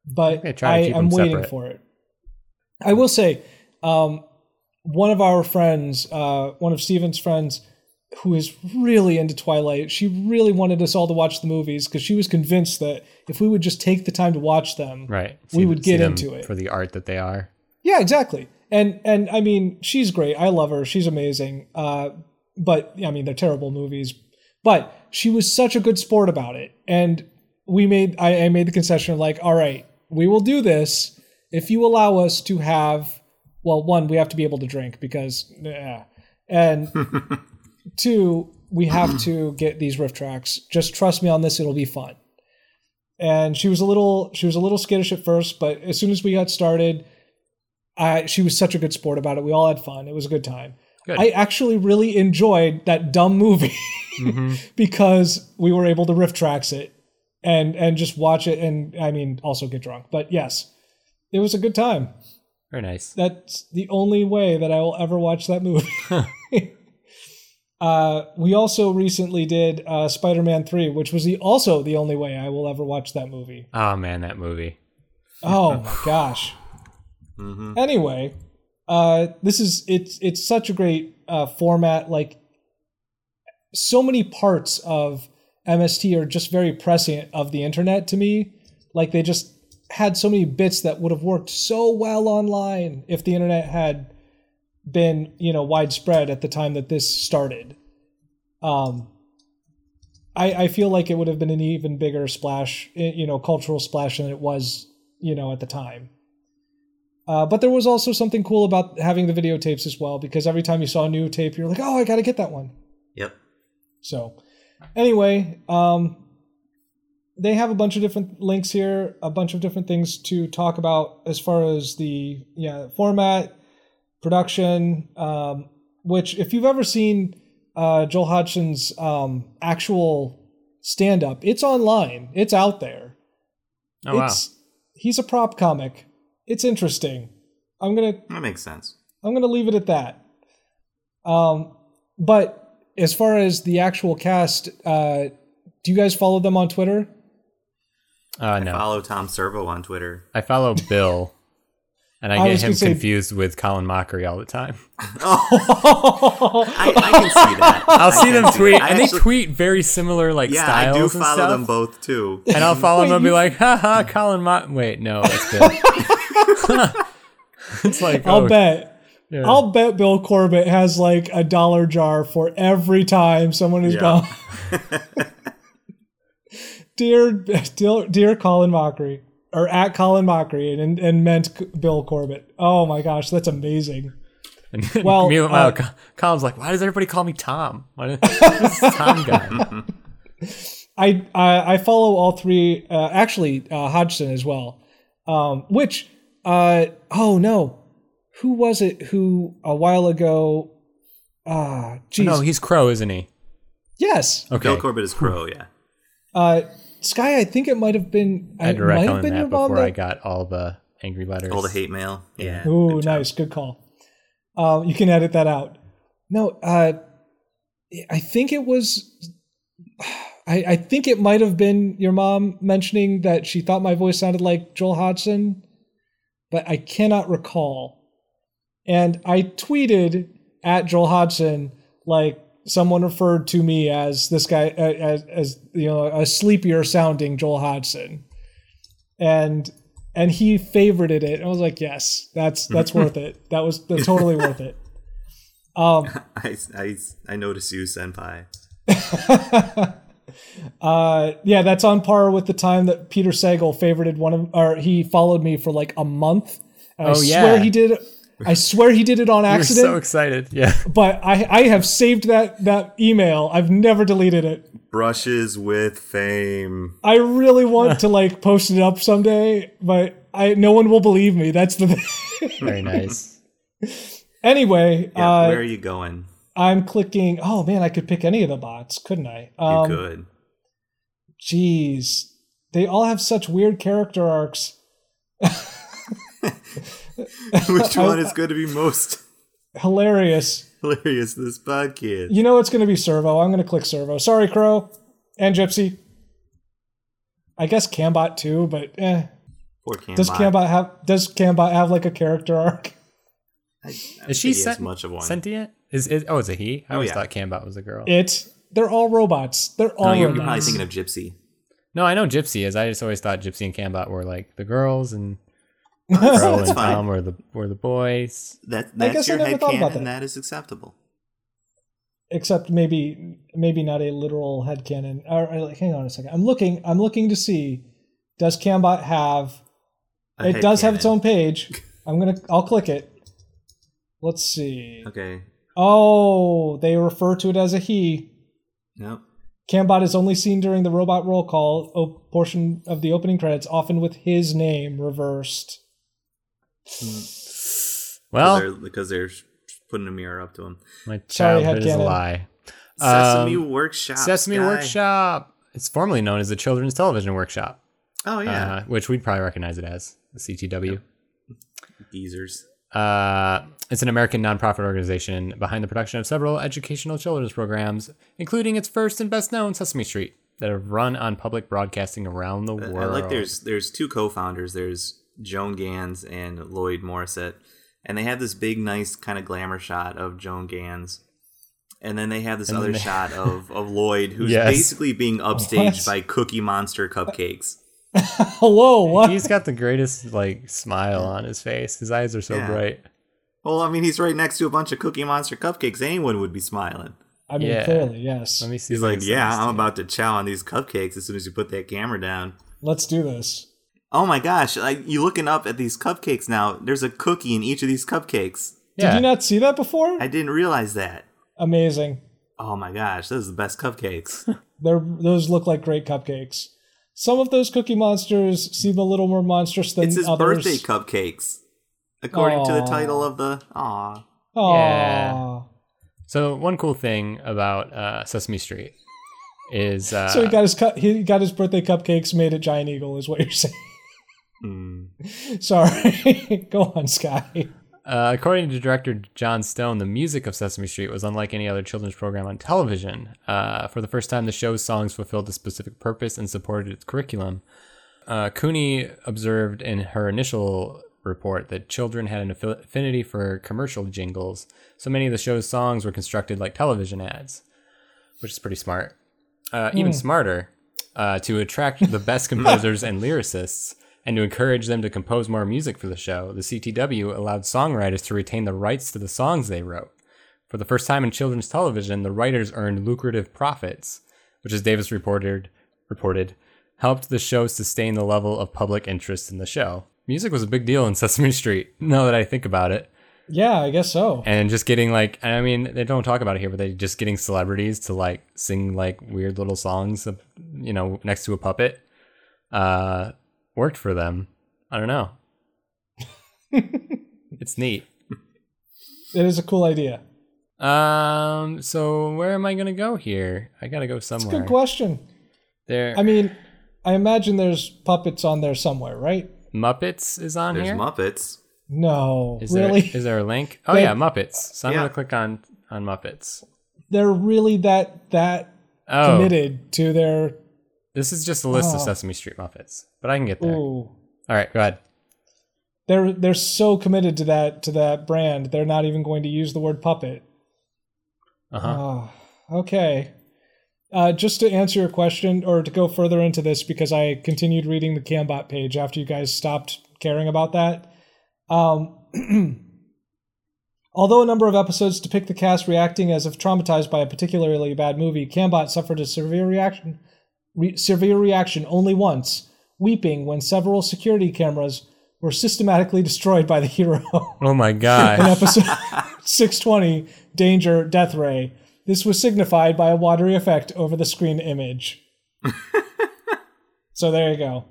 C: but
B: they try
C: I
B: to keep
C: am
B: them
C: waiting
B: separate.
C: for it. I will say, um, one of our friends, uh, one of Steven's friends, who is really into Twilight, she really wanted us all to watch the movies because she was convinced that if we would just take the time to watch them,
B: Right.
C: We would get
B: them
C: into it.
B: for the art that they are.
C: Yeah, exactly. And and I mean, she's great. I love her. She's amazing. Uh, but I mean, they're terrible movies. But she was such a good sport about it, and we made I, I made the concession of like, all right, we will do this if you allow us to have. Well, one, we have to be able to drink because, yeah. and two, we have to get these riff tracks. Just trust me on this; it'll be fun and she was a little she was a little skittish at first, but as soon as we got started, I, she was such a good sport about it. We all had fun. It was a good time.
B: Good.
C: I actually really enjoyed that dumb movie because we were able to riff tracks it and and just watch it and I mean also get drunk. But yes, it was a good time.
B: Very nice.
C: That's the only way that I will ever watch that movie. uh, we also recently did uh, Spider-Man Three, which was the also the only way I will ever watch that movie.
B: Oh man, that movie.
C: Oh my gosh. Anyway, uh, this is it's it's such a great uh, format. Like so many parts of MST are just very prescient of the internet to me. Like they just had so many bits that would have worked so well online if the internet had been you know widespread at the time that this started. Um, I, I feel like it would have been an even bigger splash, eh, you know, cultural splash than it was, you know, at the time. Uh, but there was also something cool about having the videotapes as well, because every time you saw a new tape, you're like, oh, I got to get that one.
A: Yep.
C: So, anyway, um, they have a bunch of different links here, a bunch of different things to talk about as far as the yeah format, production. Um, which, if you've ever seen uh, Joel Hodgson's um, actual stand up, it's online, it's out there.
B: Oh wow.
C: it's he's a prop comic. It's interesting. I'm gonna
A: That makes sense.
C: I'm going to leave it at that. Um, but as far as the actual cast, uh, do you guys follow them on Twitter?
B: Uh, no,
A: Follow Tom Servo on Twitter.
B: I follow Bill, and
C: I
B: I get
C: was
B: him
C: gonna say-
B: confused with Colin Mockery all the time.
A: I, I can see that.
B: I'll see them
A: can
B: tweet,
A: that. I
B: and
A: actually-
B: they tweet very similar like
A: Yeah, I
B: styles
A: do
B: and
A: follow
B: stuff.
A: them both too.
B: And I'll follow
C: Wait,
B: him and
C: you-
B: be like, "Ha ha, Colin Mott." Wait, no, that's Bill. it's like
C: I'll
B: oh,
C: bet.
B: yeah.
C: I'll bet Bill Corbett has like a dollar jar for every time someone has
A: Yeah.
C: gone. dear, dear, dear Colin Mockery, or at Colin Mockery, and, and meant C- Bill Corbett. Oh my gosh, that's amazing.
B: And
C: Well,
B: meanwhile,
C: uh,
B: Co- Colin's like, "Why does everybody call me Tom? Why does who's this Tom guy?"
C: I I, I follow all three. Uh, actually, uh, Hodgson as well. Um, which uh, oh no, who was it who a while ago? Ah, jeez.
B: Oh, No, he's Crow, isn't he?
C: yes.
B: Okay,
A: Bill Corbett is Crow, yeah.
C: Uh, Sky. I think it might have been.
B: I
C: I
B: had to
C: might have
B: recollect
C: been your
B: that
C: mom.
B: before I
C: that-
B: got all the angry letters.
A: All the hate mail. Yeah.
C: Ooh,
A: good job.
C: nice. Good call. Uh, you can edit that out. No, uh, I think it was. I, I think it might have been your mom mentioning that she thought my voice sounded like Joel Hodgson, but I cannot recall. And I tweeted at Joel Hodgson like someone referred to me as this guy uh, as, as you know a sleepier sounding Joel Hodgson, and and he favorited it. I was like, yes, that's that's worth it. That was that's totally worth it. Um,
A: I, I, I notice you, Senpai.
C: uh, yeah, that's on par with the time that Peter Sagal favorited one of, or he followed me for like a month. And I
B: Oh,
C: swear
B: yeah.
C: he did. I swear he did it on
B: You're
C: accident.
B: so excited. Yeah.
C: but I, I have saved that that email. I've never deleted it.
A: Brushes with fame.
C: I really want to like post it up someday, but I no one will believe me. That's the
B: Very nice.
C: anyway.
A: Yeah,
C: uh,
A: where are you going?
C: I'm clicking. Oh man, I could pick any of the bots, couldn't I?
A: You
C: Um,
A: could.
C: Jeez, they all have such weird character arcs.
A: Which one is going to be most
C: Hilarious.
A: hilarious this podcast?
C: You know it's going to be Servo. I'm going to click Servo. Sorry, Crow and Gypsy. I guess Cambot too, but eh.
A: Poor Cambot.
C: does Cambot have does Cambot have like a character arc?
A: I, I don't
B: Is
A: think
B: she
A: he has
B: sent,
A: much of one?
B: sentient? Is it? Oh, it's a he. I always
A: yeah.
B: thought Cambot was a girl.
C: It. They're all robots. They're all
A: no, you're
C: robots.
A: probably thinking of Gypsy.
B: No, I know Gypsy is. I just always thought Gypsy and Cambot were like the girls, and
A: Honestly,
B: Earl
A: that's
B: and
A: fine.
B: Tom were the were the boys.
A: That,
C: I
A: that's
C: guess I
A: your
C: never
A: head
C: thought about
A: and
C: that.
A: that is acceptable.
C: except maybe maybe not a literal headcanon. Or, or like, hang on a second. I'm looking. I'm looking to see does Cambot have?
A: A
C: it does have its
A: headcanon.
C: own page. I'm gonna. I'll click it. Let's see.
A: Okay.
C: Oh, they refer to it as a he.
A: Nope.
C: Cambot is only seen during the robot roll call o- portion of the opening credits, often with his name reversed.
A: Because
B: Well,
A: they're, because they're sh- putting a mirror up to him.
B: my
C: Sorry,
B: childhood is a
C: headcanon.
B: lie.
A: Sesame
B: Um,
A: Workshop.
B: Sesame
A: Sky.
B: Workshop. It's formerly known as the Children's Television Workshop,
A: Oh yeah.
B: uh, which we'd probably recognize it as the CTW.
A: Geezers.
B: Uh, it's an American nonprofit organization behind the production of several educational children's programs, including its first and best known Sesame Street, that have run on public broadcasting around the
A: Uh, I
B: world.
A: like there's there's two co-founders. There's Joan Gans and Lloyd Morissette, and they have this big, nice kind of glamour shot of Joan Gans, and then they have this
B: And then
A: other
B: they-
A: shot of of Lloyd, who's
B: Yes.
A: basically being upstaged
C: What?
A: by Cookie Monster cupcakes.
C: Hello, what?
B: He's got the greatest like smile on his face. His eyes are so
A: Yeah.
B: bright.
A: Well, I mean, he's right next to a bunch of Cookie Monster cupcakes. Anyone would be smiling.
C: I mean,
B: Yeah.
C: clearly, yes.
B: Let me see.
A: He's
B: if I
A: like,
B: can
A: "Yeah,
B: see
A: I'm
B: this
A: about to chow on these cupcakes as soon as you put that camera down."
C: Let's do this.
A: Oh my gosh! I, you looking up at these cupcakes now? There's a cookie in each of these cupcakes.
B: too." Yeah.
C: Did you not see that before?
A: I didn't realize that.
C: Amazing.
A: Oh my gosh, those are the best cupcakes.
C: They're, those look like great cupcakes. Some of those cookie monsters seem a little more monstrous than
A: it's his
C: others.
A: birthday cupcakes, according to the
C: Aw.
A: title of the. Aw.
C: Aw.
B: Yeah. So one cool thing about uh, Sesame Street is uh,
C: So he got his cu- he got his birthday cupcakes made at Giant Eagle, is what you're saying.
A: Hmm.
C: Sorry, go on, Sky.
B: Uh, according to director John Stone, the music of Sesame Street was unlike any other children's program on television. Uh, for the first time, the show's songs fulfilled a specific purpose and supported its curriculum. Uh, Cooney observed in her initial report that children had an affi- affinity for commercial jingles, so many of the show's songs were constructed like television ads, which is pretty smart. Uh, Even smarter, uh, to attract the best composers and lyricists and to encourage them to compose more music for the show, the CTW allowed songwriters to retain the rights to the songs they wrote. For the first time in children's television, the writers earned lucrative profits, which, as Davis reported, reported helped the show sustain the level of public interest in the show. Music was a big deal in Sesame Street, now that I think about it.
C: Yeah, I guess so.
B: And just getting like, I mean, they don't talk about it here, but they just getting celebrities to like sing like weird little songs, uh, you know, next to a puppet, uh, worked for them. I don't know. it's neat.
C: It is a cool idea.
B: Um, so where am I gonna go here? I gotta go
C: It's a
B: somewhere.
C: good question.
B: There,
C: I mean, I imagine there's puppets on there somewhere, right?
B: Muppets is on
A: There's
B: here.
A: Muppets.
C: No,
B: Is
C: really.
B: there is there a link? Oh
C: They-
B: yeah, Muppets. So I'm
A: Yeah.
B: gonna click on on Muppets.
C: They're really that that
B: Oh,
C: committed to their.
B: this is just a list of
C: Oh.
B: Sesame Street Muppets, but I can get there.
C: Ooh,
B: All right, go ahead.
C: they're they're so committed to that to that brand. They're not even going to use the word puppet.
B: Uh huh.
C: Oh, okay. Uh, just to answer your question, or to go further into this, because I continued reading the Cambot page after you guys stopped caring about that. Um, although a number of episodes depict the cast reacting as if traumatized by a particularly bad movie, Cambot suffered a severe reaction, re- severe reaction only once, weeping when several security cameras were systematically destroyed by the hero
B: Oh my
C: in
B: gosh.
C: episode 620 Danger Death Ray. This was signified by a watery effect over the screen image. so there you go.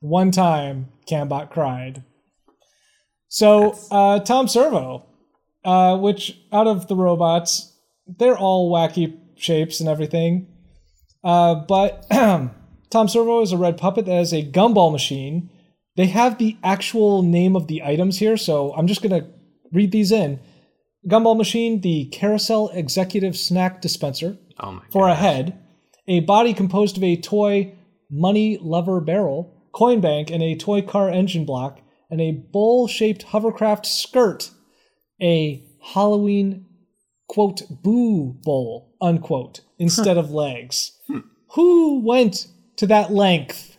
C: One time, Cambot cried. So, uh, Tom Servo, uh, which out of the robots, they're all wacky shapes and everything. Uh, but Tom Servo is a red puppet that has a gumball machine. They have the actual name of the items here, so I'm just going to read these in. Gumball machine, the carousel executive snack dispenser
A: Oh my
C: for
A: god.
C: a head, a body composed of a toy money lover barrel, coin bank, and a toy car engine block, and a bowl shaped hovercraft skirt, a Halloween quote boo bowl unquote instead of legs. Who went to that length?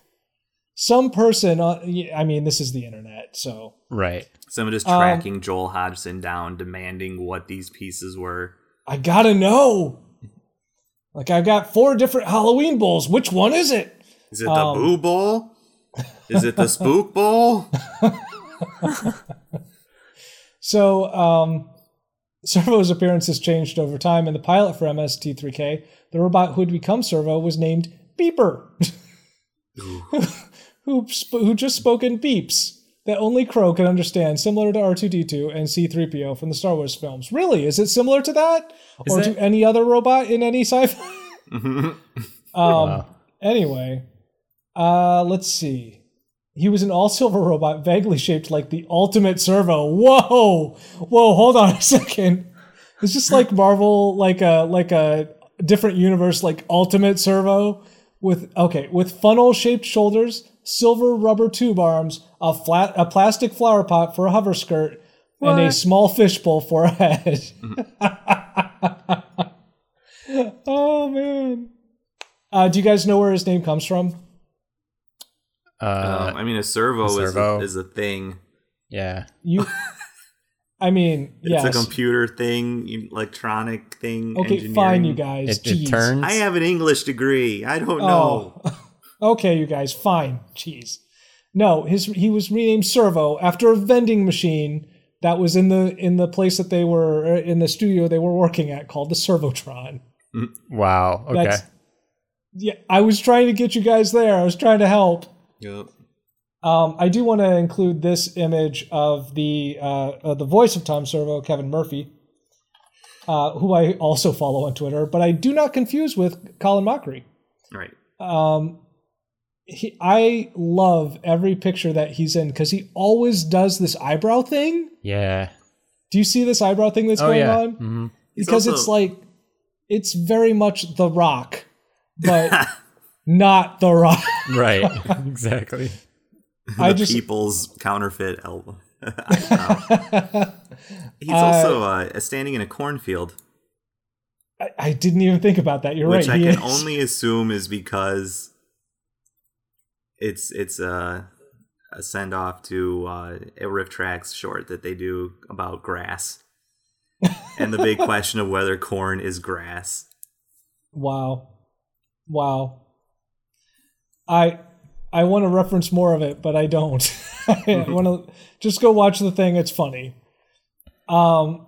C: Some person, on, I mean, this is the internet, so
B: Right.
A: Someone just
C: um,
A: tracking Joel Hodgson down, demanding what these pieces were.
C: I gotta know. Like, I've got four different Halloween bowls. Which one is it?
A: Is it
C: Um,
A: the Boo Bowl? Is it the Spook Bowl?
C: So, um, Servo's appearance has changed over time. In the pilot for MST3K, the robot who would become Servo was named Beeper, who, sp- who just spoke in beeps that only Crow could understand, similar to R2D2 and C3PO from the Star Wars films. Really? Is it similar to that?
B: Is
C: or
B: that-
C: to any other robot in any sci fi? um,
B: Wow.
C: Anyway, uh, let's see. He was an all silver robot, vaguely shaped like the ultimate servo. Whoa, whoa, hold on a second. It's just like Marvel, like a like a different universe, like ultimate servo with okay with funnel shaped shoulders, silver rubber tube arms, a flat a plastic flower pot for a hover skirt, and a
B: What?
C: small fishbowl for a head. oh man. Uh, do you guys know where his name comes from?
B: Uh, Oh
A: um, I mean, a servo,
B: a
A: is, a,
B: servo.
A: is a thing.
B: Uh, yeah.
C: You, I mean, yes.
A: It's a computer thing, electronic thing.
C: okay, fine, you
A: engineering.
C: guys. Oh.
B: It, it
C: Jeez.
B: turns.
A: I have an English degree. I don't know.
C: okay, you guys, fine. Jeez. No, his he was renamed Servo after a vending machine that was in the in the place that they were uh, in the studio they were working at called the Servotron.
B: Wow. Okay.
C: That's- Yeah, I was trying to get you guys there. I was trying to help.
A: Yep.
C: Um, I do want to include this image of the uh, uh, the voice of Tom Servo, Kevin Murphy, uh, who I also follow on Twitter, but I do not confuse with Colin Mockery.
A: All right.
C: Um, he, I love every picture that he's in because he always does this eyebrow thing.
B: yeah.
C: Do you see this eyebrow thing that's
B: Oh
C: going
B: yeah.
C: on?
B: hmm
C: Because it's
A: also-
C: like it's very much The Rock, but not The Rock.
B: Mm-hmm. Right. exactly.
A: The
C: I just
A: people's counterfeit elbow. He's also uh, standing in a cornfield,
C: I, I didn't even think about that. You're
A: which
C: right.
A: I
C: he
A: can
C: is.
A: only assume is because it's it's a, a send off to uh, a Riff Tracks short that they do about grass, and the big question of whether corn is grass.
C: Wow. Wow. I I want to reference more of it, but I don't. I want to just go watch the thing. It's funny. Um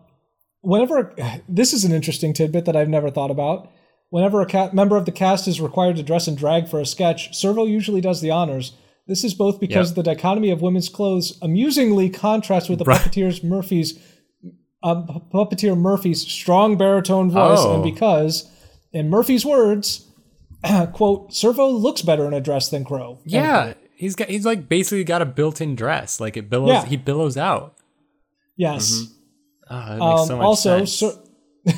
C: whenever this is an interesting tidbit that I've never thought about. Whenever a ca- member of the cast is required to dress and drag for a sketch, Servo usually does the honors. This is both because
B: Yep.
C: the dichotomy of women's clothes amusingly contrasts with the
B: Right.
C: puppeteer's Murphy's um, P- puppeteer Murphy's strong baritone voice,
B: Oh.
C: and because, in Murphy's words, quote, Servo looks better in a dress than Crow. end
B: Yeah.
C: quote.
B: He's got. He's like basically got a built-in dress. Like it billows.
C: Yeah.
B: He billows out.
C: Yes.
B: Oh, that makes
C: Um,
B: so much
C: also,
B: sense.
C: Ser-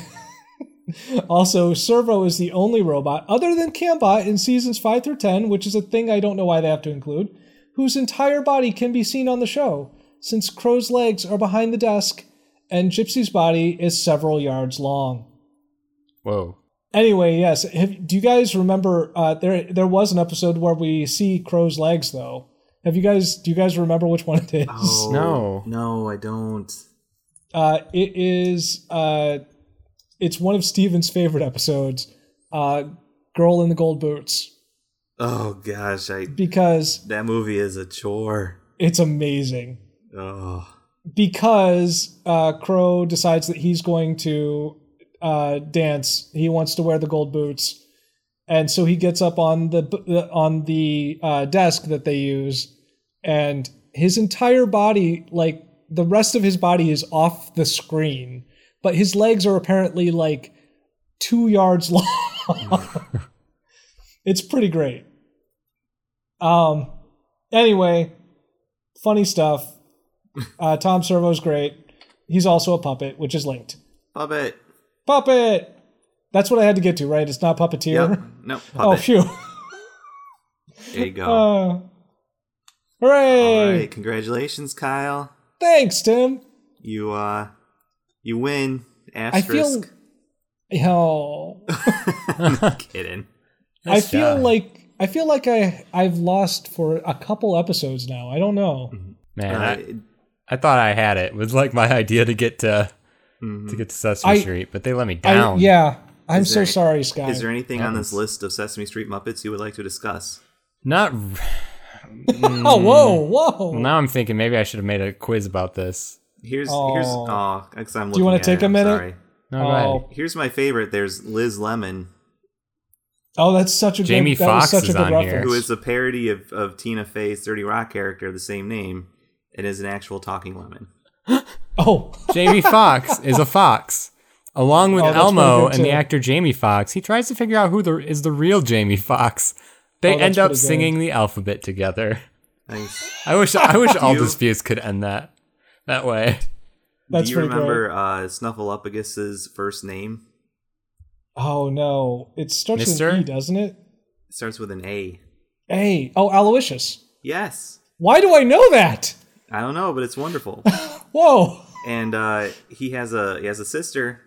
C: also, Servo is the only robot other than Cambot in seasons five through ten, which is a thing I don't know why they have to include, whose entire body can be seen on the show, since Crow's legs are behind the desk, and Gypsy's body is several yards long.
B: Whoa.
C: Anyway, yes. Have, do you guys remember? Uh, there, there was an episode where we see Crow's legs, though. Have you guys? Do you guys remember which one it is?
A: Oh,
B: No.
A: no, I don't.
C: Uh, it is. Uh, it's one of Steven's favorite episodes. Uh, Girl in the Gold Boots,
A: Oh gosh, I
C: because
A: that movie is a chore.
C: It's amazing
A: Oh,
C: because uh, Crow decides that he's going to uh, dance. He wants to wear the gold boots, and so he gets up on the the- on the uh, desk that they use, and his entire body, like the rest of his body, is off the screen, but his legs are apparently like two yards long. it's pretty great. Um. Anyway, funny stuff. Uh, Tom Servo's great. He's also a puppet, which is linked.
A: puppet.
C: Puppet. That's what I had to get to, right? It's not puppeteer.
A: Yep. No, puppet.
C: Oh, phew.
A: there you go.
C: Uh,
A: All
C: hooray!
A: right, congratulations, Kyle.
C: Thanks, Tim.
A: You uh, you win.
C: I feel.
A: Asterisk.
C: Oh,
A: Kidding.
C: I
B: Nice
C: feel
B: job.
C: like I feel like I I've lost for a couple episodes now. I don't know.
B: man,
A: Uh,
B: I, I thought I had it. It was like my idea to get to
A: mhm.
B: to get to Sesame
C: I-
B: Street, but they let me
C: I,
B: down.
C: yeah, I'm
A: Is
C: so
A: there-
C: sorry, Scott.
A: Is there anything on this
B: Muppets.
A: list of Sesame Street Muppets you would like to discuss?
B: Not.
C: oh, whoa, whoa!
B: Now I'm thinking maybe I should have made a quiz about this.
A: Here's here's
C: Oh.
A: oh, because I'm looking.
C: Do you wanna
A: at
C: take
A: it,
C: a
A: I'm
C: minute?
A: Sorry.
B: No, go ahead.
C: Oh,
A: Here's my favorite. There's Liz Lemon,
C: oh, that's such a
B: Jamie
C: good, that was
B: Foxx
C: such
B: is
C: a good
B: on here.
C: reference.
A: who is a parody of, of Tina Fey's 30 Rock character, the same name, and is an actual talking lemon.
C: Oh,
B: Jamie Fox is a fox. Along with
C: Oh, that's pretty
B: Elmo
C: good,
B: and the
C: too.
B: actor Jamie Fox, he tries to figure out who the, is the real Jamie Fox. They
C: Oh, that's
B: end up
C: pretty good.
B: singing the alphabet together.
A: Nice.
B: I wish I wish all
A: You-
B: disputes could end that that way.
C: That's
A: Do you
C: pretty great.
A: remember uh, Snuffleupagus's first name?
C: oh no! It starts
B: Mister?
C: with E, doesn't it?
A: It starts with an A.
C: Hey, oh, Aloysius.
A: Yes.
C: Why do I know that?
A: I don't know, but it's wonderful.
C: Whoa,
A: and uh, he has a he has a sister.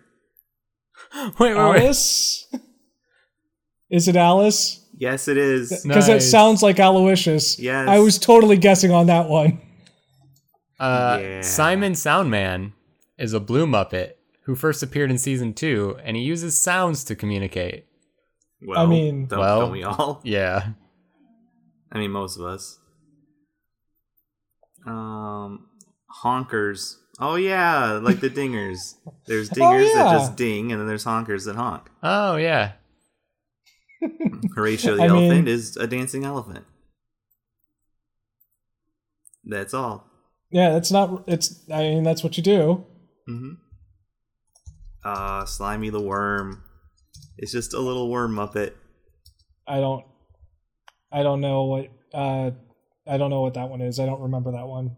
B: Wait, wait, wait.
C: Alice? Is it Alice?
A: Yes, it is.
C: Because it
B: Nice.
C: sounds like Aloysius.
A: Yes.
C: I was totally guessing on that one.
B: Uh,
A: Yeah.
B: Simon Soundman is a blue Muppet who first appeared in season two, and he uses sounds to communicate.
A: Well,
C: mean-
A: don't,
B: Well.
A: don't we all?
B: Yeah,
A: I mean, most of us. Um, honkers. Oh yeah, like the dingers. There's dingers that
C: Oh, yeah.
A: just ding, and then there's honkers that honk.
B: Oh yeah.
A: Horatio the
C: I mean-
A: elephant is a dancing elephant. That's all.
C: Yeah, that's not. It's. I mean, that's what you do.
A: Mm-hmm. Uh, Slimy the worm. It's just a little worm muppet.
C: I don't. I don't know what. Uh, I don't know what that one is. I don't remember that one.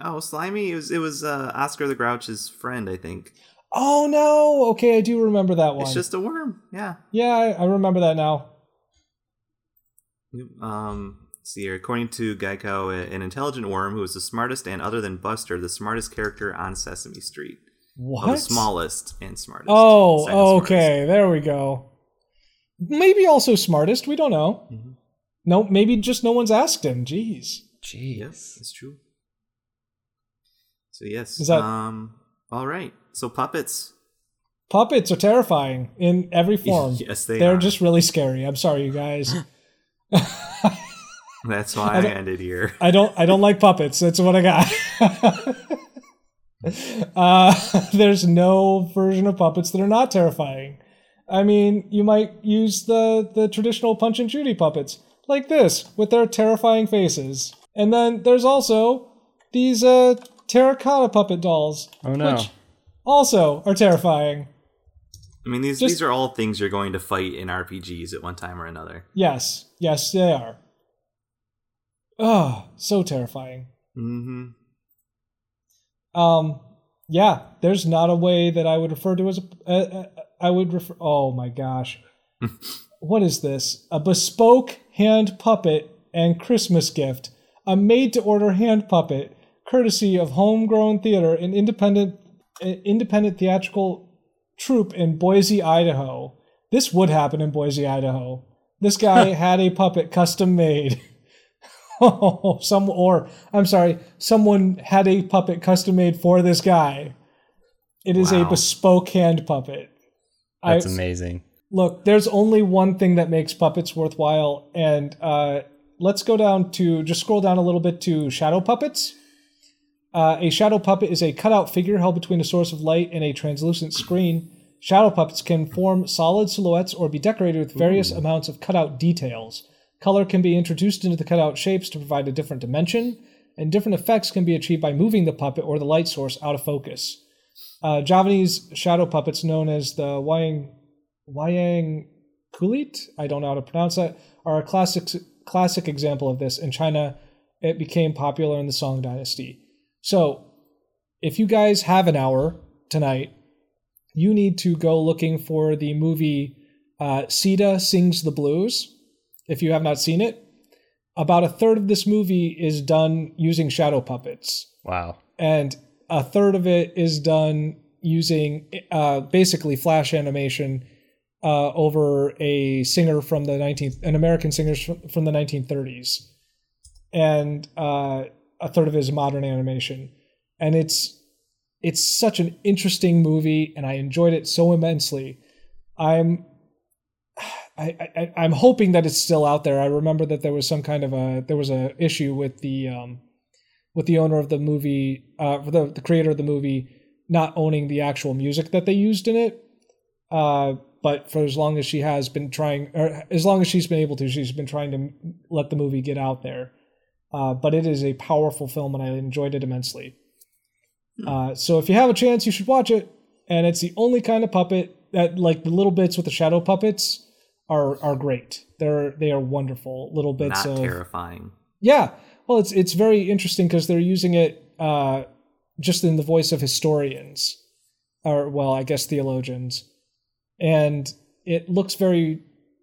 A: Oh, Slimy. It was it was uh, Oscar the Grouch's friend, I think.
C: Oh no! Okay, I do remember that one.
A: It's just a worm. Yeah.
C: yeah, I, I remember that now.
A: Um, let's see here. According to Geico, a- an intelligent worm who is the smartest and other than Buster, the smartest character on Sesame Street.
C: What?
A: Well, the smallest and smartest.
C: Oh,
A: Second
C: okay. There we go. Maybe also smartest. We don't know.
A: smartest. Mhm.
C: No, maybe just no one's asked him. Jeez.
B: Jeez.
A: Yes, that's true. So yes.
C: Is that-
A: Um. All right. So puppets.
C: Puppets are terrifying in every form.
A: yes, they
C: They're
A: are.
C: just really scary. I'm sorry, you guys.
A: That's why I,
C: I don't-
A: ended here.
C: I don't. I don't like puppets. That's what I got. uh, there's no version of puppets that are not terrifying. I mean, you might use the the traditional Punch and Judy puppets like this with their terrifying faces, and then there's also these uh, terracotta puppet dolls,
B: Oh no.
C: Which- also are terrifying.
A: I mean, these
C: just-
A: these are all things you're going to fight in RPGs at one time or another.
C: Yes, yes, they are. Oh, so terrifying.
A: Mm-hmm.
C: Um, yeah, there's not a way that I would refer to as a. Uh, uh, I would refer. Oh my gosh, what is this? A bespoke hand puppet and Christmas gift. A made-to-order hand puppet, courtesy of Homegrown Theater, an independent, uh, independent theatrical troupe in Boise, Idaho. This would happen in Boise, Idaho. This guy had a puppet custom made. Oh, some or I'm sorry, someone had a puppet custom made for this guy. It is
A: Wow.
C: a bespoke hand puppet.
B: That's
C: I,
B: amazing.
C: Look, there's only one thing that makes puppets worthwhile, and uh, let's go down to just scroll down a little bit to shadow puppets. Uh, a shadow puppet is a cutout figure held between a source of light and a translucent screen. Shadow puppets can form solid silhouettes or be decorated with various amounts of cutout details. Color can be introduced into the cutout shapes to provide a different dimension, and different effects can be achieved by moving the puppet or the light source out of focus. Uh, Javanese shadow puppets, known as the Wayang Wayang Kulit, I don't know how to pronounce that, are a classic classic example of this. In China, it became popular in the Song Dynasty. So, if you guys have an hour tonight, you need to go looking for the movie uh, Sita Sings the Blues. If you have not seen it, about a third of this movie is done using shadow puppets,
B: Wow.
C: and a third of it is done using uh, basically flash animation uh, over a singer from the 19th, an American singer sh- from the 1930s, and uh, a third of it is modern animation, and it's it's such an interesting movie, and I enjoyed it so immensely. I'm I, I I'm hoping that it's still out there. I remember that there was some kind of a there was a issue with the um, with the owner of the movie, uh, with the the creator of the movie, not owning the actual music that they used in it. Uh, but for as long as she has been trying, or as long as she's been able to, she's been trying to m- let the movie get out there. Uh, but it is a powerful film, and I enjoyed it immensely. Uh, so if you have a chance, you should watch it. And it's the only kind of puppet that, like the little bits with the shadow puppets, are are great. They're they are wonderful little bits
A: Not
C: of
A: terrifying.
C: yeah. Well, it's it's very interesting because they're using it uh, just in the voice of historians, or well, I guess theologians, and it looks very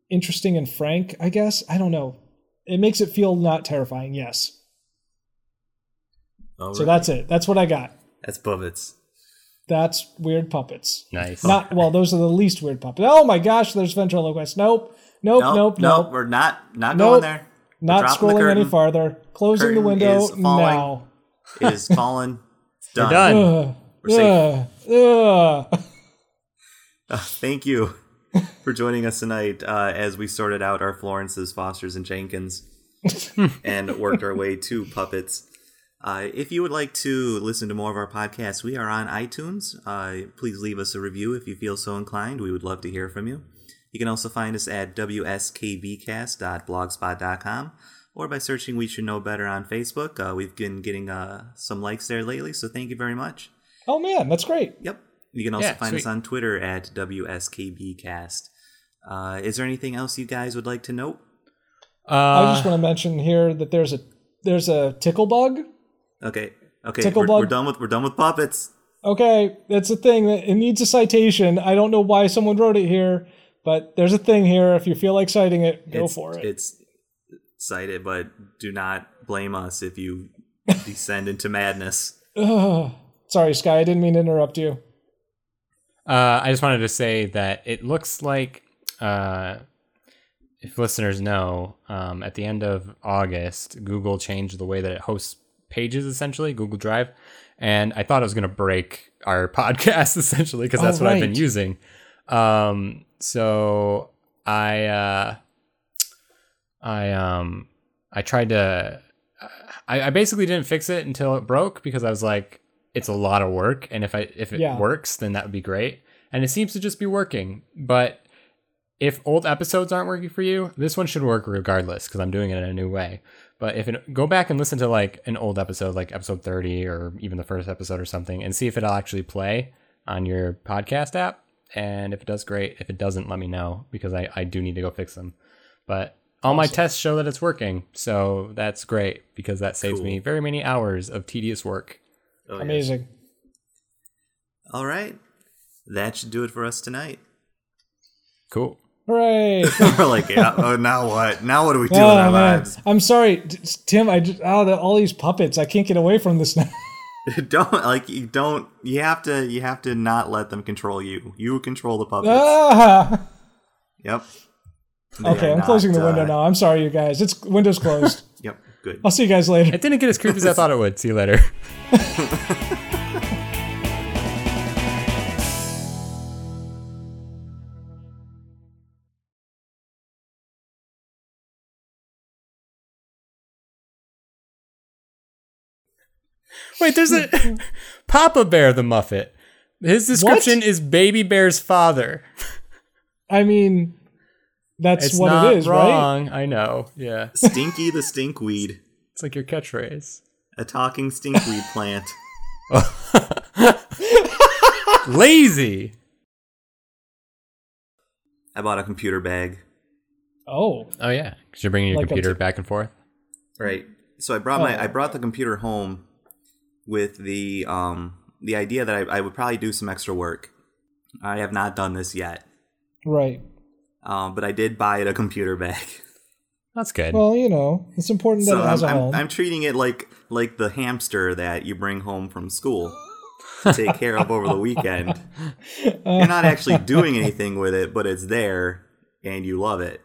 C: interesting and frank. I guess I don't know. It makes it feel not terrifying. Yes.
A: All
C: So
A: right.
C: that's it. That's what I got.
A: that's Bubbits.
C: That's weird puppets.
B: Nice.
C: Not well. Those are the least weird puppets. Oh my gosh! There's ventriloquist. Nope. Nope. Nope. Nope.
A: We're not not
C: Nope.
A: going there. We're
C: Not
A: dropping the
C: scrolling any
A: curtain.
C: farther. Closing the
A: Curtain
C: window
A: is falling.
C: now.
A: It is fallen. It's done.
B: done.
C: Ugh.
A: We're safe.
C: Ugh. Ugh.
A: Uh, thank you for joining us tonight uh, as we sorted out our Florences, Fosters, and Jenkins and worked our way to puppets. Uh, if you would like to listen to more of our podcasts, we are on iTunes. Uh, please leave us a review if you feel so inclined. We would love to hear from you. You can also find us at wskbcast.blogspot.com or by searching We Should Know Better on Facebook. Uh, we've been getting uh, some likes there lately, so thank you very much.
C: Oh man, that's great.
A: Yep. You can also
B: Yeah,
A: find us
B: sweet.
A: on Twitter at WSKBcast. Uh, is there anything else you guys would like to note?
B: Uh,
C: I just want to mention here that there's a there's a tickle bug.
A: Okay. Okay.
C: Tickle
A: We're,
C: bug.
A: we're done with we're done with puppets.
C: Okay, that's a thing that it needs a citation. I don't know why someone wrote it here, but there's a thing here. If you feel like citing it, go
A: it's,
C: for it.
A: It's cited, but do not blame us if you descend into madness.
C: Ugh. Sorry, Sky, I didn't mean to interrupt you.
B: Uh, I just wanted to say that it looks like, uh, if listeners know, um, at the end of August, Google changed the way that it hosts pages, essentially, Google Drive. And I thought it was going to break our podcast, essentially, because that's
C: Oh,
B: what I've been
C: right.
B: using. Um, so I, uh, I, um, I tried to, I, I basically didn't fix it until it broke because I was like, it's a lot of work. And if I, if it
C: Yeah.
B: works, then that would be great. And it seems to just be working. But if old episodes aren't working for you, this one should work regardless because I'm doing it in a new way. But if it, go back and listen to like an old episode, like episode 30 or even the first episode or something, and see if it'll actually play on your podcast app. And if it does, great. If it doesn't, let me know because I, I do need to go fix them. But all my tests show that it's working. So that's great because that saves
A: Cool.
B: me very many hours of tedious work.
A: Oh, yeah.
C: Amazing.
A: All right. That should do it for us tonight.
B: Cool.
C: Hooray!
A: we're like, yeah, oh, now what? Now what do we do with
C: Oh,
A: our
C: man.
A: lives?
C: I'm sorry, D- Tim. I just oh, the, all these puppets. I can't get away from this now.
A: don't like you don't you have to you have to not let them control you. You control the puppets.
C: ah!
A: Yep. They
C: Okay,
A: are
C: I'm
A: not,
C: closing the window
A: uh,
C: now. I'm sorry, you guys. It's windows closed.
A: Yep, good.
C: I'll see you guys later.
B: It didn't get as creepy as I thought it would. See you later. Wait, there's a Papa Bear the Muffet. His description
C: What?
B: is Baby Bear's father.
C: I mean, that's
B: It's
C: what
B: not
C: it is, right?
B: wrong. I know. Yeah,
A: Stinky the stinkweed,
B: it's like your catchphrase.
A: a talking stinkweed plant.
B: Lazy.
A: I bought a computer bag.
C: Oh,
B: Oh yeah, because you're bringing your
C: Like a
B: computer
C: t-
B: back and forth.
A: Right. So I brought my
C: Oh.
A: I brought the computer home with the um the idea that I, I would probably do some extra work. I have not done this yet,
C: right.
A: um, but I did buy it a computer bag.
B: That's good.
C: Well, you know, it's important that
A: So
C: it has
A: I'm,
C: a home.
A: I'm, I'm treating it like like the hamster that you bring home from school to take care of over the weekend. You're not actually doing anything with it, but it's there and you love it.